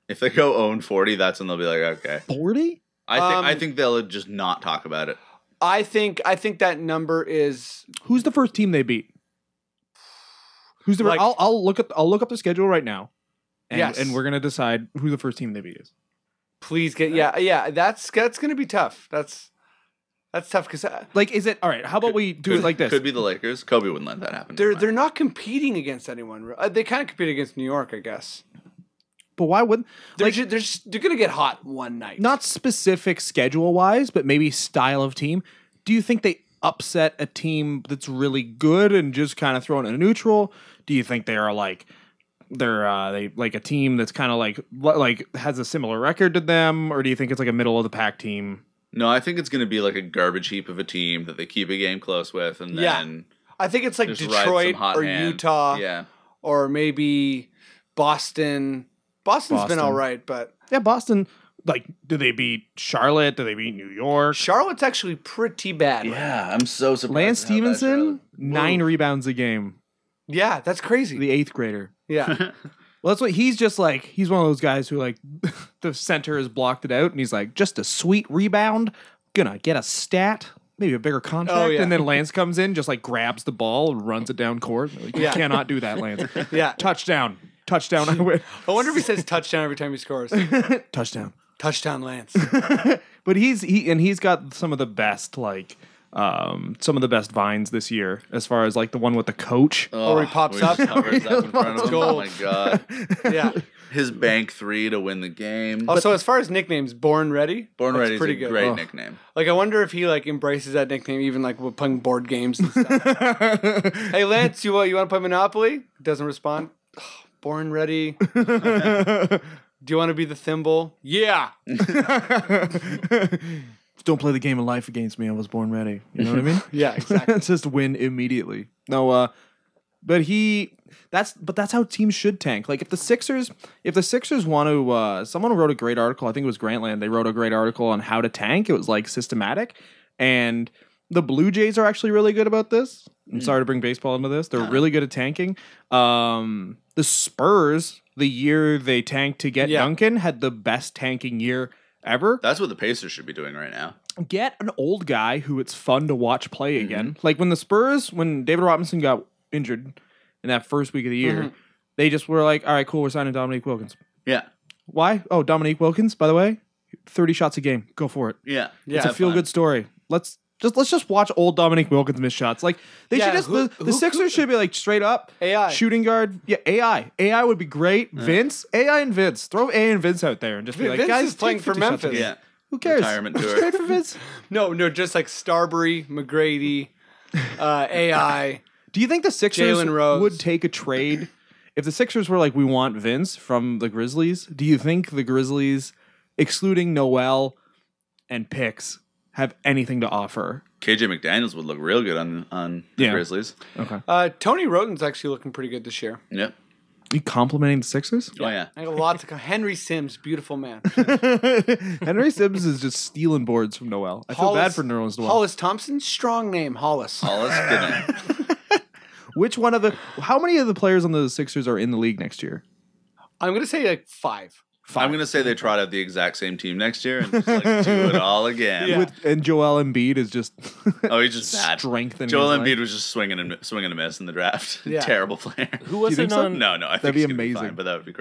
S4: If they go own forty, that's when they'll be like, okay.
S6: 40?
S4: I think I
S5: Um,
S4: think they'll just not talk about it.
S5: I think I think that number is
S6: Who's the first team they beat? Who's the
S5: Like-
S6: I'll, I'll look up I'll look up the schedule right now. And,
S5: Yes.
S6: and we're gonna decide who the first team they beat is.
S5: please get yeah yeah that's that's going to be tough. That's that's tough uh, because
S6: Like, is it all right? How about we do it
S4: Could-
S6: like this?
S4: Could be the Lakers. Kobe wouldn't let that happen.
S5: they're
S4: Never
S5: they're
S4: mind.
S5: not competing against anyone. Uh, They kind of compete against New York, I guess.
S6: But why wouldn't
S5: They're
S6: Like-
S5: ju- they're just, they're going to get hot one night.
S6: not specific schedule wise, but maybe style of team. Do you think they upset a team that's really good and just kind of thrown in a neutral? Do you think they are like they're uh, they like a team that's kind of like li- like has a similar record to them, or do you think it's like a middle of the pack team?
S4: No, I think it's gonna be like a garbage heap of a team that they keep a game close with, and
S5: Yeah.
S4: then
S5: I think it's like
S4: just ride some
S5: Detroit
S4: hot
S5: or
S4: hand.
S6: Uh,
S5: Utah
S4: Yeah,
S5: or maybe Boston. Boston's
S6: Boston.
S5: been all right, but
S6: Yeah, Boston. Like, do they beat Charlotte? Do they beat New York?
S5: Charlotte's actually pretty bad.
S4: yeah. I'm so surprised.
S6: Lance
S4: at how bad
S6: Stevenson,
S4: Charlotte-
S6: nine rebounds a game.
S5: Yeah, that's crazy.
S6: The eighth grader.
S5: yeah.
S4: [LAUGHS]
S6: Well, that's what he's just like. He's one of those guys who like [LAUGHS] the center has blocked it out, and he's like, just a sweet rebound, gonna get a stat, maybe a bigger contract.
S5: Oh, yeah.
S6: And then Lance comes in, just like grabs the ball and runs it down court. Like, You
S5: Yeah.
S6: cannot do that, Lance.
S5: [LAUGHS] Yeah. Oh.
S6: touchdown, touchdown, I
S5: [LAUGHS]
S6: win.
S5: I wonder if he says touchdown every time he scores.
S4: [LAUGHS]
S6: touchdown.
S5: touchdown Lance.
S6: But he's he and he's got some of the best like um some of the best vines this year as far as like the one with the coach.
S5: Or he
S4: Ugh, Oh, we
S5: pops
S4: just
S5: up.
S4: [LAUGHS] covered that in front of him. Oh
S5: Goal.
S4: my god,
S5: Yeah.
S4: [LAUGHS] his bank three to win the game.
S6: Oh,
S5: Also, as far as nicknames, Born Ready.
S4: Born
S5: that's
S4: Ready is a
S5: pretty good.
S4: great
S5: Oh.
S4: nickname.
S5: Like, I wonder if he like embraces that nickname, even like with playing board games [LAUGHS] and stuff.
S6: [LAUGHS]
S5: hey Lance, you uh, you want to play Monopoly? Doesn't respond. [SIGHS] Ugh, Born Ready. Do you want to be the thimble? Yeah.
S6: Don't play the game of life against me. I was born ready. You know what I mean?
S5: [LAUGHS] Yeah. Exactly.
S6: [LAUGHS] just win immediately. No, uh, but he that's but that's how teams should tank. Like if the Sixers, if the Sixers want to, uh, someone wrote a great article. I think it was Grantland. They wrote a great article on how to tank. It was like systematic, and the Blue Jays are actually really good about this. I'm
S5: Mm.
S6: sorry to bring baseball into this. They're
S5: Uh-uh.
S6: really good at tanking. Um, the Spurs, the year they tanked to get
S5: Yeah.
S6: Duncan, had the best tanking year ever
S4: That's what the Pacers should be doing right now.
S6: get an old guy who it's fun to watch play
S5: Mm-hmm.
S6: again. Like when the Spurs, when David Robinson got injured in that first week of the year,
S5: Mm-hmm.
S6: they just were like, all right, cool, we're signing Dominique Wilkins.
S4: Yeah,
S6: Why? Oh, Dominique Wilkins, by the way, 30 shots a game. Go for it.
S4: yeah,
S5: Yeah.
S6: It's a
S4: Have
S6: feel
S4: fun.
S6: good story. Let's just let's just watch old Dominique Wilkins miss shots. Like they
S5: Yeah,
S6: should just
S5: who-
S6: the,
S5: who
S6: the Sixers
S5: could-
S6: should be like straight up
S5: AI.
S6: shooting guard. Yeah, AI. AI would be great. Vince, AI and Vince. Throw AI and Vince out there and just be like,
S5: Vince
S6: guys,
S5: is playing
S6: take
S5: for
S6: 50 shots a
S5: Memphis.
S6: game.
S4: Yeah,
S6: Who cares?
S4: Retirement tour.
S6: Trade for Vince.
S4: [LAUGHS]
S5: No, no, just like Starbury, McGrady, uh, AI.
S6: Do you think the Sixers
S5: Jalen Rose.
S6: would take a trade [CLEARS THROAT] if the Sixers were like, we want Vince from the Grizzlies? Do you think the Grizzlies, excluding Noel and picks, have anything to offer?
S4: KJ McDaniels would look real good on on the
S6: Yeah.
S4: Grizzlies.
S5: Uh, Tony Roden's actually looking pretty good this year.
S4: Yep.
S6: You complimenting the Sixers?
S4: Oh yeah.
S5: I got a lot to co- Henry Sims, beautiful man.
S6: [LAUGHS] Henry Sims is just stealing boards from Noel. I feel bad for Nerlens Noel.
S5: Hollis Thompson, strong name, Hollis.
S4: Hollis Goodman.
S6: Which one of the? How many of the players on the Sixers are in the league next year?
S5: I'm gonna say like five.
S4: I'm gonna say they trot out the exact same team next year and just like do it all again.
S5: Yeah.
S6: With and Joel Embiid is just
S4: Oh, he's
S6: [LAUGHS]
S4: just bad.
S6: strengthening.
S4: Joel
S6: his
S4: Embiid
S6: line.
S4: was just swinging and swinging and miss in the draft. [LAUGHS]
S5: Yeah.
S4: Terrible player.
S3: Who was
S6: think
S3: it
S6: so?
S3: on?
S4: No, no, I
S6: That'd
S4: think
S6: be
S4: he's gonna be
S6: amazing.
S4: fine, but that would be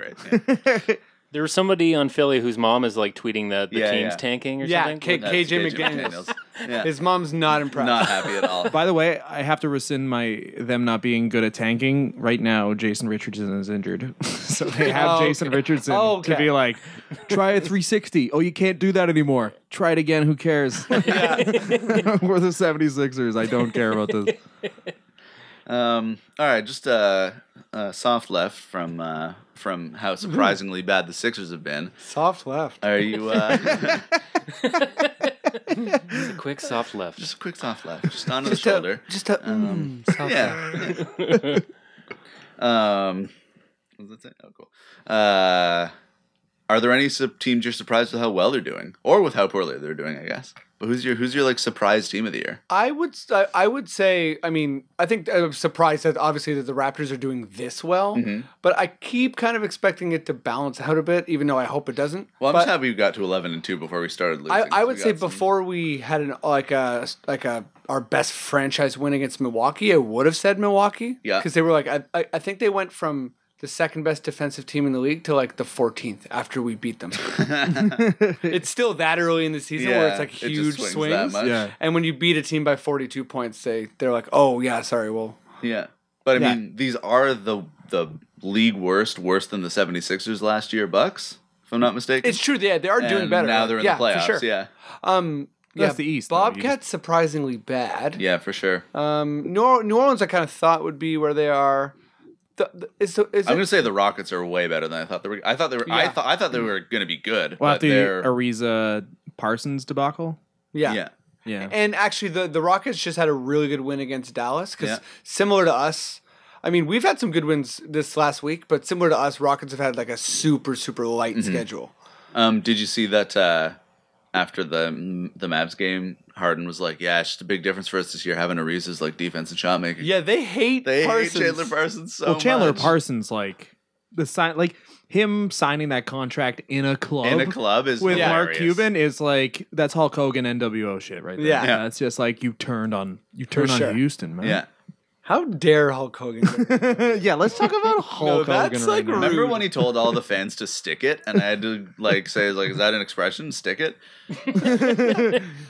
S4: great. Yeah.
S3: There was somebody on Philly whose mom is like tweeting that the
S4: Yeah,
S3: team's
S4: yeah.
S3: tanking or
S5: Yeah,
S3: something.
S5: K-
S4: That's
S5: KJ McDaniels.
S4: Yeah.
S5: His mom's not impressed.
S4: Not happy at all.
S6: By the way, I have to rescind my them not being good at tanking. Right now, Jason Richardson is injured, [LAUGHS] so they have
S5: Oh, [LAUGHS]
S6: Jason
S5: okay.
S6: Richardson
S5: Oh,
S6: to
S5: okay.
S6: be like, try a 360. Oh, you can't do that anymore. Try it again.
S5: [LAUGHS]
S6: Who cares? We're [LAUGHS] the 76ers. I don't care about
S5: [LAUGHS]
S6: this.
S4: Um, all right, just uh, uh, soft left from uh, from how surprisingly bad the Sixers have been.
S5: Soft left.
S4: Are you
S5: [LAUGHS]
S4: uh,
S3: a quick soft [LAUGHS] left.
S4: just a quick soft left, just onto the
S5: Just a-
S4: shoulder?
S5: Just a
S4: Um,
S5: mm, [LAUGHS] soft left.
S4: yeah. um, what was that saying? Oh, cool. Uh, are there any sub- teams you're surprised with how well they're doing, or with how poorly they're doing? I guess. But who's your who's your like surprise team of the year?
S5: I would s- I I would say I mean I think I'm surprised that obviously that the Raptors are doing this well,
S4: Mm-hmm.
S5: but I keep kind of expecting it to balance out a bit, even though I hope it doesn't.
S4: Well, I'm
S5: But
S4: just happy we got to 11 and two before we started losing.
S5: I, I
S4: 'cause
S5: would
S4: we
S5: say
S4: got some-
S5: before we had an like a like a our best franchise win against Milwaukee, I would have said Milwaukee.
S4: Yeah.
S5: because they were like I, I I think they went from the second best defensive team in the league to like the 14th after we
S4: [LAUGHS]
S5: beat them. it's still that early in the season where it's like
S4: it just
S5: huge
S4: swings
S5: swings.
S4: that much.
S6: Yeah.
S5: And when you beat a team by 42 points, they they're like, oh yeah, sorry, well.
S4: Yeah. But I
S6: Yeah.
S4: mean, these are the the league worst, worse than the 76ers last year Bucks, if I'm not mistaken.
S5: It's true, yeah, they are doing
S4: And
S5: better.
S4: Now they're in
S5: yeah,
S4: the playoffs.
S5: For sure.
S4: Yeah.
S5: Um,
S6: That's
S5: yeah,
S6: the East, though. You
S5: Bobcats surprisingly bad.
S4: Yeah, for sure.
S5: Um, New, Or- New Orleans, I kind of thought would be where they are. The, the, is the, is
S4: I'm
S5: it,
S4: gonna say the Rockets are way better than I thought they were. I thought they were. I
S5: Yeah.
S4: thought I thought they were gonna be good.
S6: Well,
S4: but
S6: after
S4: they're,
S6: the Ariza Parsons debacle,
S5: yeah.
S4: yeah.
S6: yeah,
S5: And actually, the the Rockets just had a really good win against Dallas because
S4: Yeah.
S5: similar to us. I mean, we've had some good wins this last week, but similar to us, Rockets have had like a super, super light schedule.
S4: Um, did you see that uh, after the the Mavs game, Harden was like, "Yeah, it's just a big difference for us this year having Ariza's like defense and shot making."
S5: Yeah, they hate
S4: they
S5: Parsons.
S4: hate Chandler Parsons so
S6: well, Chandler
S4: much.
S6: Parsons, like the sign, like him signing that contract in a club
S4: in a club is
S6: with Mark
S4: hilarious.
S6: Cuban is like that's Hulk Hogan NWO shit, right? There.
S5: Yeah.
S4: Yeah.
S6: that's just like you turned on you turned on
S5: sure.
S6: Houston, man.
S4: Yeah.
S5: How dare Hulk Hogan?
S6: [LAUGHS] yeah. Let's talk [LAUGHS] about Hulk
S5: that's,
S6: Hogan.
S5: like,
S6: right now.
S5: rude.
S4: Remember when he told all the fans to stick it, and I had to like say, "Like, is that an expression? Stick
S5: [LAUGHS]
S4: it."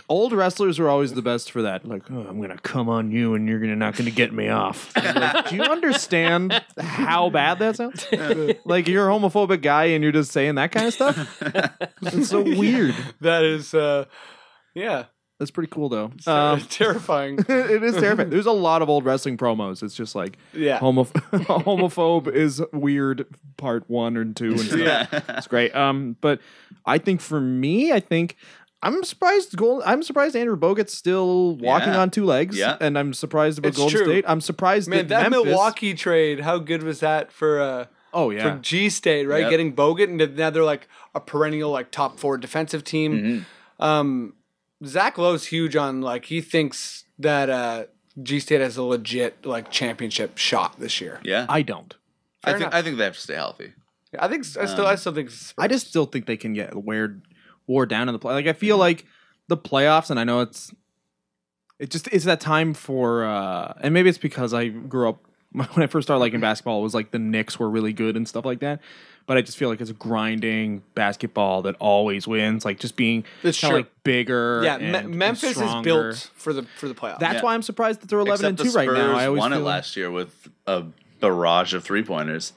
S6: Old wrestlers were always the best for that. Like, oh, I'm gonna come on you, and you're gonna not gonna get me [LAUGHS] off. Like, do you understand how bad that [LAUGHS] sounds? like you're a homophobic guy, and you're just saying that kind of [LAUGHS] stuff. It's so weird.
S5: that is, uh, yeah,
S6: That's pretty cool, though. Um,
S5: um, [LAUGHS] terrifying.
S6: [LAUGHS] it is terrifying. There's a lot of old wrestling promos. It's just like
S5: Yeah.
S6: homo- [LAUGHS] homophobe is weird. Part one and two and stuff. It's great. Um, but I think for me, I think I'm surprised. Gold. I'm surprised Andrew Bogut's still walking
S4: Yeah.
S6: on two legs.
S4: Yeah.
S6: and I'm surprised about
S5: It's
S6: Golden
S5: true.
S6: State. I'm surprised
S5: Man, that
S6: Memphis-
S5: Milwaukee trade, how good was that for uh
S6: Oh yeah,
S5: for G State, right?
S4: Yep.
S5: Getting Bogut and now they're like a perennial like top four defensive team. Um Zach Lowe's huge on like he thinks that uh G State has a legit like championship shot this year.
S4: [LAUGHS] Yeah, I,
S6: I don't.
S4: think
S5: enough.
S4: I think they have to stay healthy.
S5: I think I still I still think
S6: I just still think they can get wear wore down in the play. Like I feel like the playoffs, and I know it's it just is that time for, uh and maybe it's because I grew up [LAUGHS] when I first started liking basketball. It was like the Knicks were really good and stuff like that. But I just feel like it's grinding basketball that always wins. Like just being
S5: It's
S6: kinda,
S5: true.
S6: like bigger.
S5: yeah,
S6: and-
S5: Me-
S6: and
S5: Memphis is
S6: stronger.
S5: built for the for the playoffs.
S6: That's
S4: Yeah.
S6: why I'm surprised that they're 11
S4: Except
S6: and
S4: the
S6: 2 right now. I
S4: Spurs
S6: always
S4: won it
S6: feel-
S4: last year with a barrage of three pointers.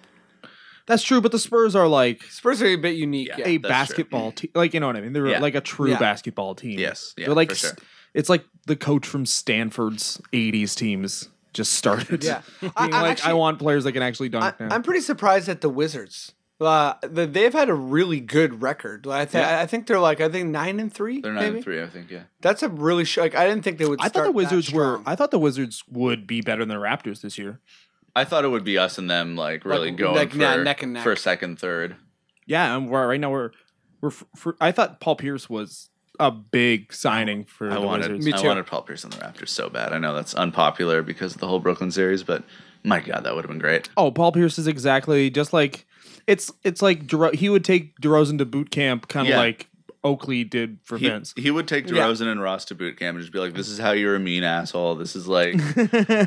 S6: That's true, but the Spurs are like
S5: Spurs are a bit unique. Yeah.
S4: Yeah.
S6: a
S4: that's true.
S6: basketball team. Like you know what I mean? They're
S4: Yeah.
S6: like a true
S5: Yeah.
S6: basketball team.
S4: Yes. Yeah,
S6: They're like
S4: for sure.
S6: it's like the coach from Stanford's '80s teams. just started. [LAUGHS]
S5: Yeah.
S6: being
S5: I- I
S6: like, I
S5: actually-
S6: want players that can actually dunk.
S5: I,
S6: now.
S5: I'm pretty surprised at the Wizards. Uh, the, they've had a really good record. Like, I, th- I think they're like I think nine and three.
S4: They're nine
S5: maybe?
S4: and three, I think. Yeah.
S5: That's a really sh- like I didn't think they would.
S6: I
S5: start
S6: thought the
S5: that
S6: Wizards were.
S5: strong.
S6: I thought the Wizards would be better than the Raptors this year.
S4: I thought it would be us and them like really
S5: Like-
S4: going
S5: like,
S4: for,
S5: nah, neck and neck.
S4: for second, third.
S6: Yeah, and we're right now we're we're. f for, I thought Paul Pierce was a big signing for
S4: I
S6: the
S4: wanted
S6: Wizards.
S5: Me
S4: I
S5: too.
S4: wanted Paul Pierce on the Raptors so bad. I know that's unpopular because of the whole Brooklyn series, but my God, that would have been great.
S6: Oh, Paul Pierce is exactly just like it's it's like DeRo- he would take DeRozan to boot camp, kind of
S4: Yeah.
S6: like Oakley did for
S4: He,
S6: Vince.
S4: he would take DeRozan and Ross to boot camp and just be like, "This is how you're a mean asshole. This is
S6: [LAUGHS]
S4: like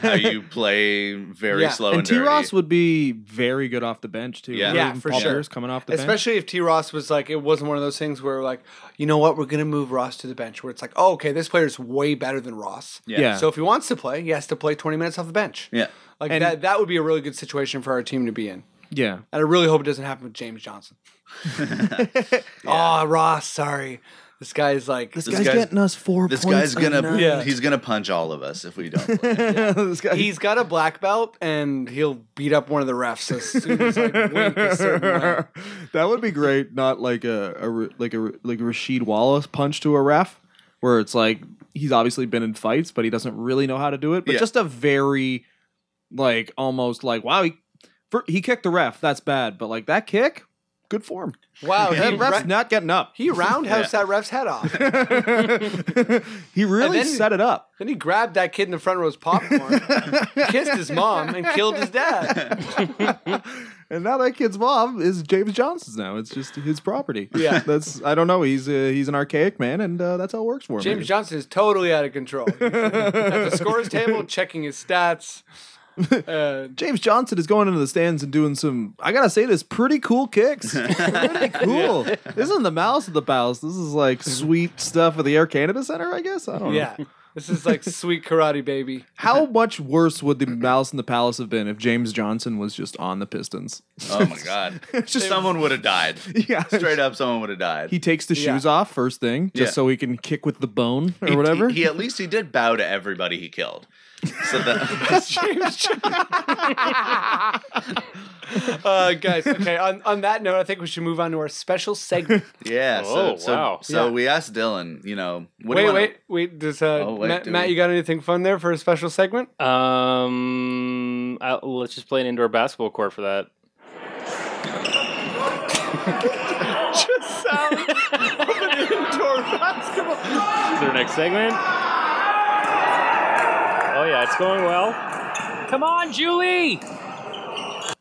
S4: how you play very
S5: Yeah.
S4: slow and,
S6: And T.
S4: dirty."
S6: Ross would be very good off the bench too.
S4: Yeah.
S6: Other
S5: Yeah,
S6: than
S5: for
S6: Paul
S5: sure.
S6: Pierce coming off the bench.
S5: Especially if T. Ross was like, it wasn't one of those things where like, you know what, we're gonna move Ross to the bench. Where it's like, oh, okay, this player's way better than Ross.
S4: Yeah.
S6: Yeah.
S5: So if he wants to play, he has to play 20 minutes off the bench.
S4: yeah,
S5: Like
S6: And-
S5: that, that would be a really good situation for our team to be in.
S6: Yeah.
S5: And I really hope it doesn't happen with James Johnson. [LAUGHS] Oh, Ross, sorry. This guy's like,
S4: This guy's guy's- getting
S6: us four.
S4: this guy's [LAUGHS] gonna
S5: Yeah.
S4: he's gonna punch all of us if we don't. play.
S6: [LAUGHS] this guy.
S5: he's got a black belt and he'll beat up one of the refs as soon as
S6: [LAUGHS]
S5: like wink a certain way.
S6: that would be great. Not like a, a Ra- like a Ra- like a Rasheed Wallace punch to a ref, where it's like he's obviously been in fights, but he doesn't really know how to do it. But
S4: Yeah.
S6: just a very like almost like wow, he for, he kicked the ref. That's bad, but like that kick, good form.
S5: Wow, he,
S6: That ref's
S5: ra-
S6: not getting up.
S5: he [LAUGHS] roundhouse that ref's head off.
S6: [LAUGHS] he really
S5: And then-
S6: set it up.
S5: Then he grabbed that kid in the front row's popcorn, kissed his mom, and killed
S4: [LAUGHS]
S5: his dad.
S6: And now that kid's mom is James Johnson's. Now it's just his property.
S5: Yeah.
S6: [LAUGHS] that's I don't know. He's uh, he's an archaic man, and uh, that's how it works for him.
S5: James Johnson is totally out of control. At the scores table, checking his stats. Uh,
S6: James Johnson is going into the stands and doing some. I gotta say this, pretty cool kicks. pretty cool. This isn't the mouse of the palace. This is like sweet stuff at the Air Canada Center. I guess I don't know.
S5: yeah, this is like sweet karate, baby. [LAUGHS]
S6: How much worse would the mouse in the palace have been if James Johnson was just on the Pistons?
S4: oh my God,
S6: Just-
S4: someone would have died.
S6: [LAUGHS] Yeah.
S4: Straight up, someone would have died.
S6: He takes the
S5: Yeah.
S6: shoes off first thing, just
S4: Yeah.
S6: so he can kick with the bone or
S4: He-
S6: whatever.
S4: He, he at least he did bow to everybody he killed. So
S6: [LAUGHS]
S4: that
S5: James Johnson. [LAUGHS] uh, guys, okay. On, on that note, I think we should move on to our special segment.
S4: [LAUGHS] yeah. So
S3: Oh,
S4: so,
S3: wow.
S4: so
S5: Yeah.
S4: we asked Dylan, you know, what do
S5: wait,
S4: you wanna-
S5: wait, wait. Does uh,
S4: Oh, wait,
S5: Matt,
S4: do
S5: Matt,
S4: we-
S5: you got anything fun there for a special segment?
S3: Um, I, let's just play an indoor basketball court for that.
S5: Just sound of an indoor basketball.
S3: Is there a next segment? Oh yeah, it's going well. Come on, Julie.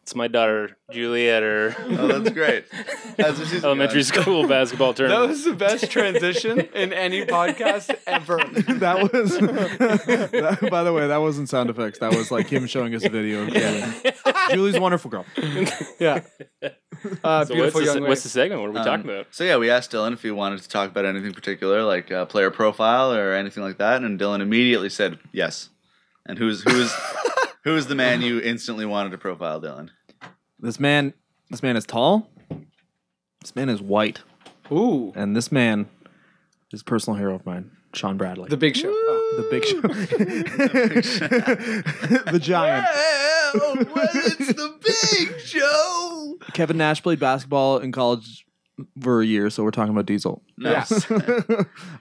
S3: It's my daughter, Julie, at
S5: [LAUGHS]
S3: her
S4: Oh, that's great.
S3: [LAUGHS]
S4: That's what she's
S3: elementary
S4: doing.
S3: school basketball
S5: Oh, That
S3: tournament.
S5: was
S4: [LAUGHS]
S5: the best transition in any podcast ever.
S6: [LAUGHS] that was. that- by the way, that wasn't sound effects. That was like him showing us a video. Of Julie. Julie's a wonderful girl.
S5: Yeah. Uh,
S3: so what's
S5: beautiful
S3: the,
S5: young
S3: se-
S5: lady. Um,
S3: what's the segment? What are we talking about?
S4: Um, So yeah, we asked Dylan if he wanted to talk about anything particular, like uh, player profile or anything like that, and Dylan immediately said yes. And who's who's who's the man you instantly wanted to profile, Dylan?
S6: This man. This man is tall. This man is white,
S5: Ooh,
S6: and this man is a personal hero of mine, Sean Bradley,
S5: the big show. Oh.
S6: the big show, [LAUGHS] the [LAUGHS] giant.
S4: Well, it's the big show.
S6: Kevin Nash played basketball in college for a year, so we're talking about Diesel.
S4: [LAUGHS]
S6: [LAUGHS]
S4: Nice.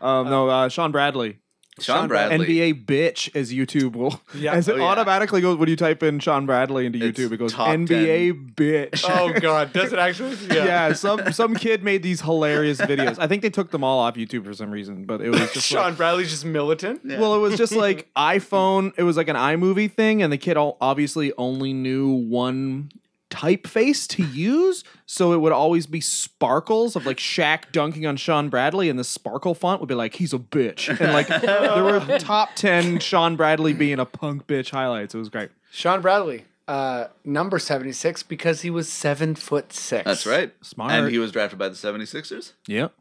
S6: Um, no, uh, Sean Bradley.
S4: Sean Bradley.
S6: NBA bitch as YouTube will
S5: Yeah.
S6: as it
S4: Oh, yeah.
S6: automatically goes when you type in Sean Bradley into
S4: It's
S6: YouTube it goes
S4: top
S6: NBA bitch.
S5: Oh, God, does it [LAUGHS] actually? Yeah.
S6: yeah, some some kid made these hilarious videos. I think they took them all off YouTube for some reason, but it
S4: [LAUGHS]
S6: was just
S5: Sean
S6: like,
S5: Bradley's just militant.
S6: well, it was just
S5: [LAUGHS]
S6: like iPhone. It was like an iMovie thing, and the kid all obviously only knew one typeface to use, so it would always be sparkles of like Shaq dunking on Sean Bradley, and the sparkle font would be like he's a bitch,
S5: [LAUGHS]
S6: and like there were top ten Sean Bradley being a punk bitch highlights. It was great.
S5: Sean Bradley, uh, number 76, because he was seven foot six.
S4: That's right.
S6: Smart.
S4: And he was drafted by the 76ers.
S6: Yep.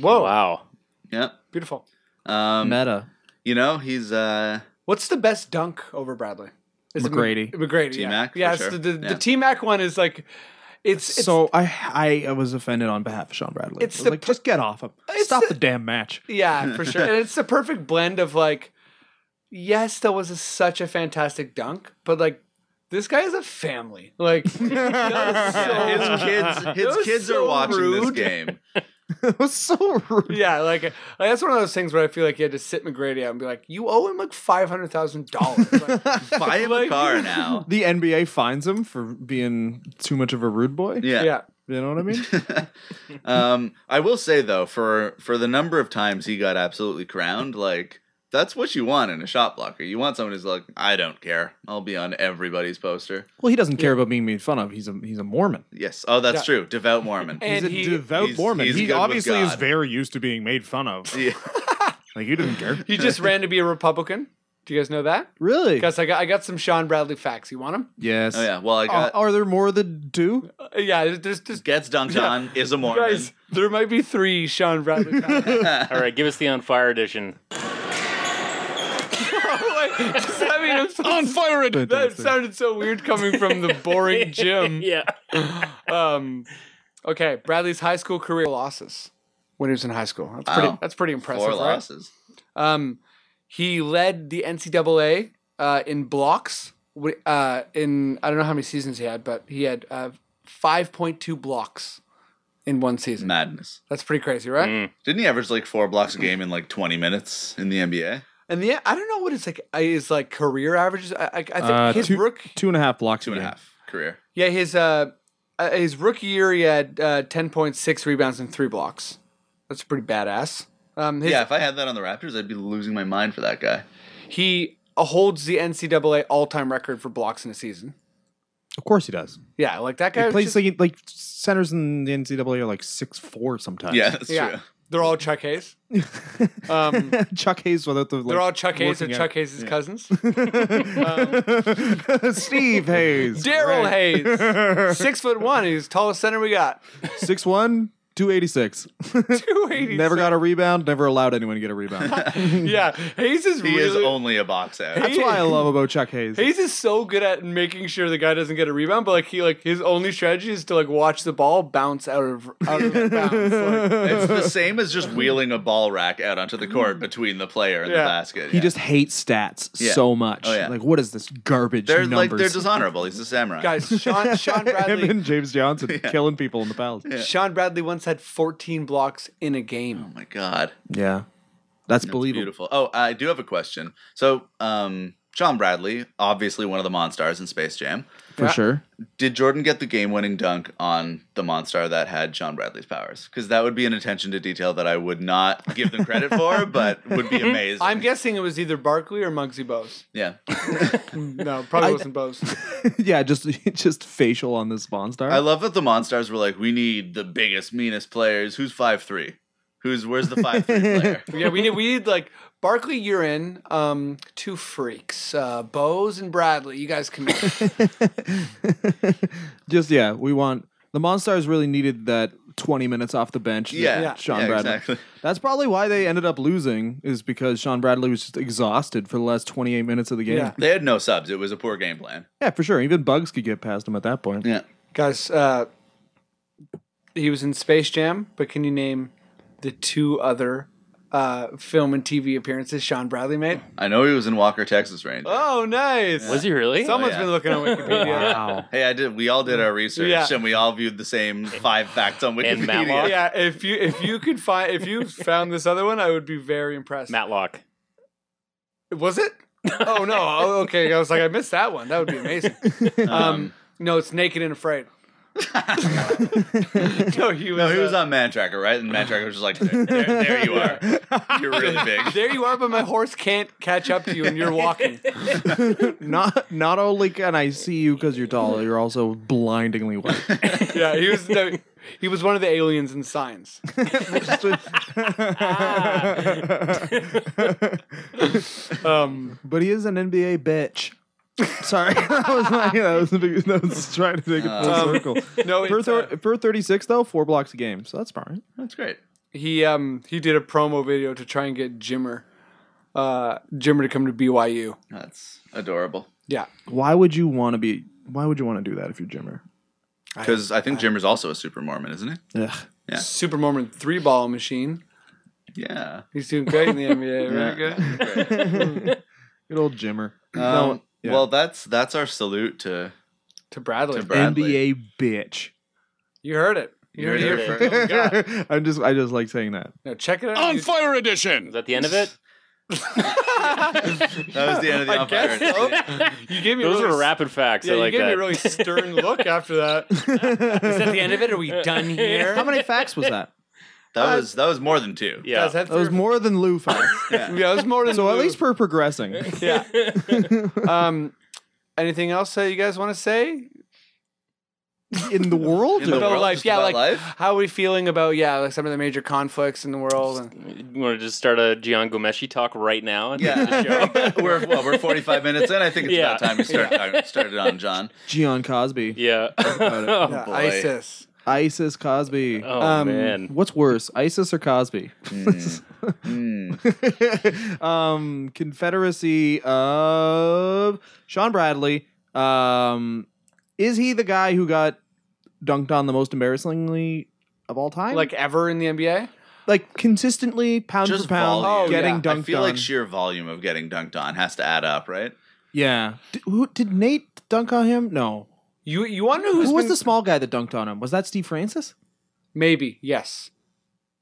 S5: Whoa,
S3: Wow.
S4: Yep.
S5: beautiful.
S4: Um,
S6: Meta.
S4: You know, he's uh
S5: What's the best dunk over Bradley? Is it
S6: McGrady.
S5: Mc- McGrady,
S4: T-Mac, for
S5: yeah. Yeah,
S4: sure.
S5: it's the, the,
S4: Yeah.
S5: the T-Mac one is like, it's, it's [LAUGHS]
S6: so I, I was offended on behalf of Sean Bradley.
S5: It's
S6: It's
S5: the
S6: like
S5: per-
S6: just get off him.
S5: It's
S6: Stop
S4: [LAUGHS]
S5: the- [LAUGHS]
S6: the damn match. [LAUGHS]
S5: Yeah, for sure. and it's the perfect blend of like yes, that was a, such a fantastic dunk, but like this guy is a family. Like [LAUGHS]
S4: [LAUGHS]
S5: that was so-
S4: Yeah, his kids,
S5: That
S4: his
S5: was
S4: kids are
S5: so
S4: watching this
S5: rude.
S4: game.
S6: It was so rude.
S5: Yeah, like, like, that's one of those things where I feel like you had to sit McGrady out and be like, "You owe him like five hundred thousand dollars." Like,
S4: [LAUGHS] Buy him a
S5: Like-
S4: car now.
S6: The NBA fines him for being too much of a rude boy.
S4: Yeah.
S5: yeah,
S6: You know what I
S4: [LAUGHS]
S6: mean?
S4: um, I will say though, for for the number of times he got absolutely crowned, like that's what you want in a shot blocker. You want someone who's like, I don't care. I'll be on everybody's poster.
S6: well, he doesn't care about being made fun of. He's a he's a Mormon.
S4: Yes. Oh, that's
S5: [LAUGHS] Yeah.
S4: true. Devout Mormon.
S5: and
S6: he's a
S5: he,
S6: devout
S4: he's-
S6: Mormon.
S4: he's
S6: he
S4: good with
S6: obviously is
S4: God.
S6: very used to being made fun of.
S4: [LAUGHS] Yeah.
S6: Like he
S4: [LAUGHS]
S6: didn't care.
S5: he just ran to be a Republican. Do you guys know that?
S6: Really?
S5: Guys, I got I got some Sean Bradley facts. You want them?
S6: Yes.
S4: Oh yeah. Well, I
S6: Uh,
S4: got
S6: are there more than two?
S5: Uh, yeah, there's just
S4: gets dunked on is a Mormon.
S5: guys. There might be three Sean Bradley facts. [LAUGHS]
S3: All right, give us the on fire edition.
S4: [LAUGHS]
S5: Like, does that mean I'm so-
S7: On fire it.
S5: [LAUGHS] that sounded so weird coming from the
S4: [LAUGHS]
S5: boring gym.
S3: [LAUGHS] Yeah.
S5: Um, okay, Bradley's high school career losses when he was in high school. That's pretty.
S4: Wow.
S5: That's pretty impressive.
S4: Four
S5: right?
S4: losses.
S5: Um, he led the NCAA uh, in blocks. wi- Uh, in I don't know how many seasons he had, but he had uh, five point two blocks in one season.
S4: Madness.
S5: That's pretty crazy, right?
S6: Mm.
S4: Didn't he average like four blocks a game in like 20 minutes in the NBA?
S5: And the I don't know what it's like. uh, His like career averages. I I, I think
S6: Uh,
S5: his
S6: two,
S5: rook.
S6: two and a half blocks.
S4: Two and a half career.
S5: Yeah, his uh, uh, his rookie year he had uh, ten point six rebounds and three blocks. That's pretty badass. Um, his,
S4: Yeah, if I had that on the Raptors, I'd be losing my mind for that guy. [LAUGHS]
S5: he uh, holds the NCAA all time record for blocks in a season.
S6: Of course he does.
S5: Yeah, like that guy.
S6: He
S5: was
S6: plays
S5: just-
S6: like like centers in the NCAA are like six four sometimes.
S4: Yeah, that's
S5: Yeah.
S4: true.
S5: They're all Chuck Hayes. Um,
S6: [LAUGHS] Chuck Hayes without the like,
S5: they're all Chuck Hayes or
S6: working
S5: Chuck
S6: out.
S5: Hayes'
S6: [LAUGHS]
S5: cousins. [LAUGHS]
S6: Steve Hayes.
S5: Daryl Hayes,
S6: [LAUGHS] Hayes.
S5: six foot one. He's tallest center we got. [LAUGHS]
S6: Six one, two eighty six.
S5: Two eighty.
S6: Never got a rebound, never allowed anyone to get a rebound.
S5: Yeah, Hayes is
S4: He
S5: really.
S4: is only a box out.
S6: That's what I love about Chuck Hayes.
S5: Hayes is so good at making sure the guy doesn't get a rebound, but like he like his only strategy is to like watch the ball bounce out of out of bounds. Like,
S6: [LAUGHS]
S4: It's the same as just wheeling a ball rack out onto the court between the player and the
S5: Yeah.
S4: basket.
S6: He
S4: yeah.
S6: just hates stats
S4: Yeah.
S6: so much.
S4: Oh, yeah.
S6: Like, what is this garbage
S4: they're
S6: numbers?
S4: like they're dishonorable. He's a samurai.
S5: guys,
S6: [LAUGHS]
S5: Sean Sean
S6: Him
S5: Bradley.
S6: and
S4: [LAUGHS]
S6: James Johnson killing people in the palace. Yeah,
S5: Sean Bradley once had 14 blocks in a game.
S4: Oh my god.
S6: that's believable.
S4: Beautiful. Oh, I do have a question. So, um, John Bradley, obviously one of the Monstars in Space Jam.
S6: For sure. [LAUGHS]
S4: Did Jordan get the game-winning dunk on the Monstar that had John Bradley's powers? Because that would be an attention to detail that I would not give them credit for, but would be amazing.
S5: I'm guessing it was either Barkley or Muggsy Bose.
S4: yeah.
S5: No, probably wasn't Bose.
S6: yeah, just [LAUGHS] just facial on this Bond star.
S4: I love that the Monstars were like, we need the biggest, meanest players. Who's five three? Who's where's the five three player?
S5: Yeah, we need we need like Barkley, you're in. Um, two freaks, uh, Bose and Bradley. You
S3: [LAUGHS]
S5: guys can.
S6: just yeah, we want the Monstars really needed that twenty minutes off the bench. that
S4: Yeah, yeah,
S6: Sean Bradley.
S4: exactly.
S6: That's probably why they ended up losing is because Sean Bradley was just exhausted for the last twenty eight minutes of the game.
S5: Yeah.
S6: Yeah.
S4: They had no subs. It was a poor game plan.
S6: for sure. Even Bugs could get past him at that point.
S4: Yeah.
S5: guys, uh, he was in Space Jam, but can you name the two other uh, film and TV appearances Sean Bradley made?
S4: I know he was in Walker, Texas Ranger.
S5: Oh, nice.
S3: Was he really? Oh,
S5: Someone's
S4: yeah.
S5: been looking on Wikipedia.
S6: Wow.
S4: Hey, I did. We all did our research,
S5: Yeah.
S4: and we all viewed the same five facts on
S3: And
S4: Wikipedia.
S3: Matlock.
S5: Yeah, if you if you could find if you found this other one, I would be very impressed.
S3: Matlock.
S5: Was [LAUGHS] it? Oh no. Oh, okay. I was like, I missed that one. That would be [LAUGHS] amazing. Um, no, it's naked and [LAUGHS] afraid. no, he was.
S4: No, [LAUGHS] he was
S5: uh,
S4: on Man Tracker, right? And Man Tracker was just like, there, there, there you are. You're really big.
S5: [LAUGHS] There you are, but my horse can't catch up to you, and you're [LAUGHS] walking.
S6: Not not only can I see you because you're tall, you're also
S5: [LAUGHS]
S6: blindingly white. [LAUGHS]
S5: Yeah, he was. No, he was one of the aliens in Signs. Um,
S6: But he is an NBA bitch. Sorry, [LAUGHS] that was my that was, the big, that was trying to take it full
S5: Um, [LAUGHS]
S6: circle.
S5: no,
S6: Per,
S5: it's,
S6: thir-
S5: uh,
S6: per thirty six though, four blocks a game, so that's all right.
S4: That's great.
S5: he um he did a promo video to try and get Jimmer, uh, Jimmer to come to BYU.
S4: That's adorable.
S5: Yeah,
S6: Why would you want to be? Why would you want to do that if you're Jimmer?
S4: Because I think Jimmer's also a super Mormon, isn't he?
S6: Ugh.
S5: Super Mormon three ball machine.
S4: Yeah.
S5: He's doing great in the NBA. Very good.
S4: Great.
S6: [LAUGHS] Good old Jimmer.
S4: Um,
S6: yeah.
S4: Well, that's that's our salute to
S5: to Bradley.
S4: To Bradley.
S6: NBA [LAUGHS] bitch.
S5: you heard it. You heard
S4: Heard
S5: it.
S4: it
S5: here
S6: Oh,
S4: first.
S5: first. God.
S6: [LAUGHS] I'm just I just like saying that.
S5: No, check it out.
S7: On
S5: You-
S7: Fire Edition.
S3: Is that the end of it?
S4: that was the end of the
S5: I guess so.
S4: umpire.
S5: [LAUGHS] You gave me a
S3: Those
S5: really
S3: are rapid facts.
S5: Yeah,
S3: I
S5: you
S3: like
S5: gave me
S3: that. [LAUGHS]
S5: a really stern look after that. Is that the end of it? Are we [LAUGHS] done here?
S6: [LAUGHS] How many facts was that?
S4: That was that was more than two.
S3: yeah.
S5: Guys, that's
S6: That was
S5: your-
S6: more than Lou facts. [LAUGHS]
S5: Yeah, that was more than
S6: so at
S5: Lou.
S6: least we're [LAUGHS] progressing.
S5: yeah. um, anything else that you guys want to say
S6: In the world?
S4: In the
S6: or-
S5: about
S4: world,
S5: life?
S4: just
S5: Yeah,
S4: about
S5: like
S4: life?
S5: how are we feeling about yeah, like some of the major conflicts in the world. And,
S3: You want to just start a Gian Gomeshi talk right now?
S4: [LAUGHS] Yeah, we're well, we're 45 minutes in. I think it's
S3: Yeah.
S4: about time we start talking- started on John.
S6: Gian Cosby.
S3: [LAUGHS] Yeah. oh,
S5: yeah,
S4: boy.
S5: ISIS.
S6: ISIS Cosby.
S4: Oh,
S5: Um,
S3: man.
S6: What's worse, ISIS or Cosby?
S4: Mm.
S6: [LAUGHS] um, Confederacy of Sean Bradley. Um, is he the guy who got dunked on the most embarrassingly of all time?
S5: Like ever in the NBA?
S6: like consistently pound
S4: Just
S6: for pound
S4: volume.
S6: getting
S5: Oh, yeah.
S6: dunked
S4: I feel
S6: on.
S4: like sheer volume of getting dunked on has to add up, right?
S6: yeah. Did, who did Nate dunk on him? No.
S5: You you want to know who's
S6: Who was
S5: been-
S6: the small guy that dunked on him? Was that Steve Francis?
S5: Maybe yes.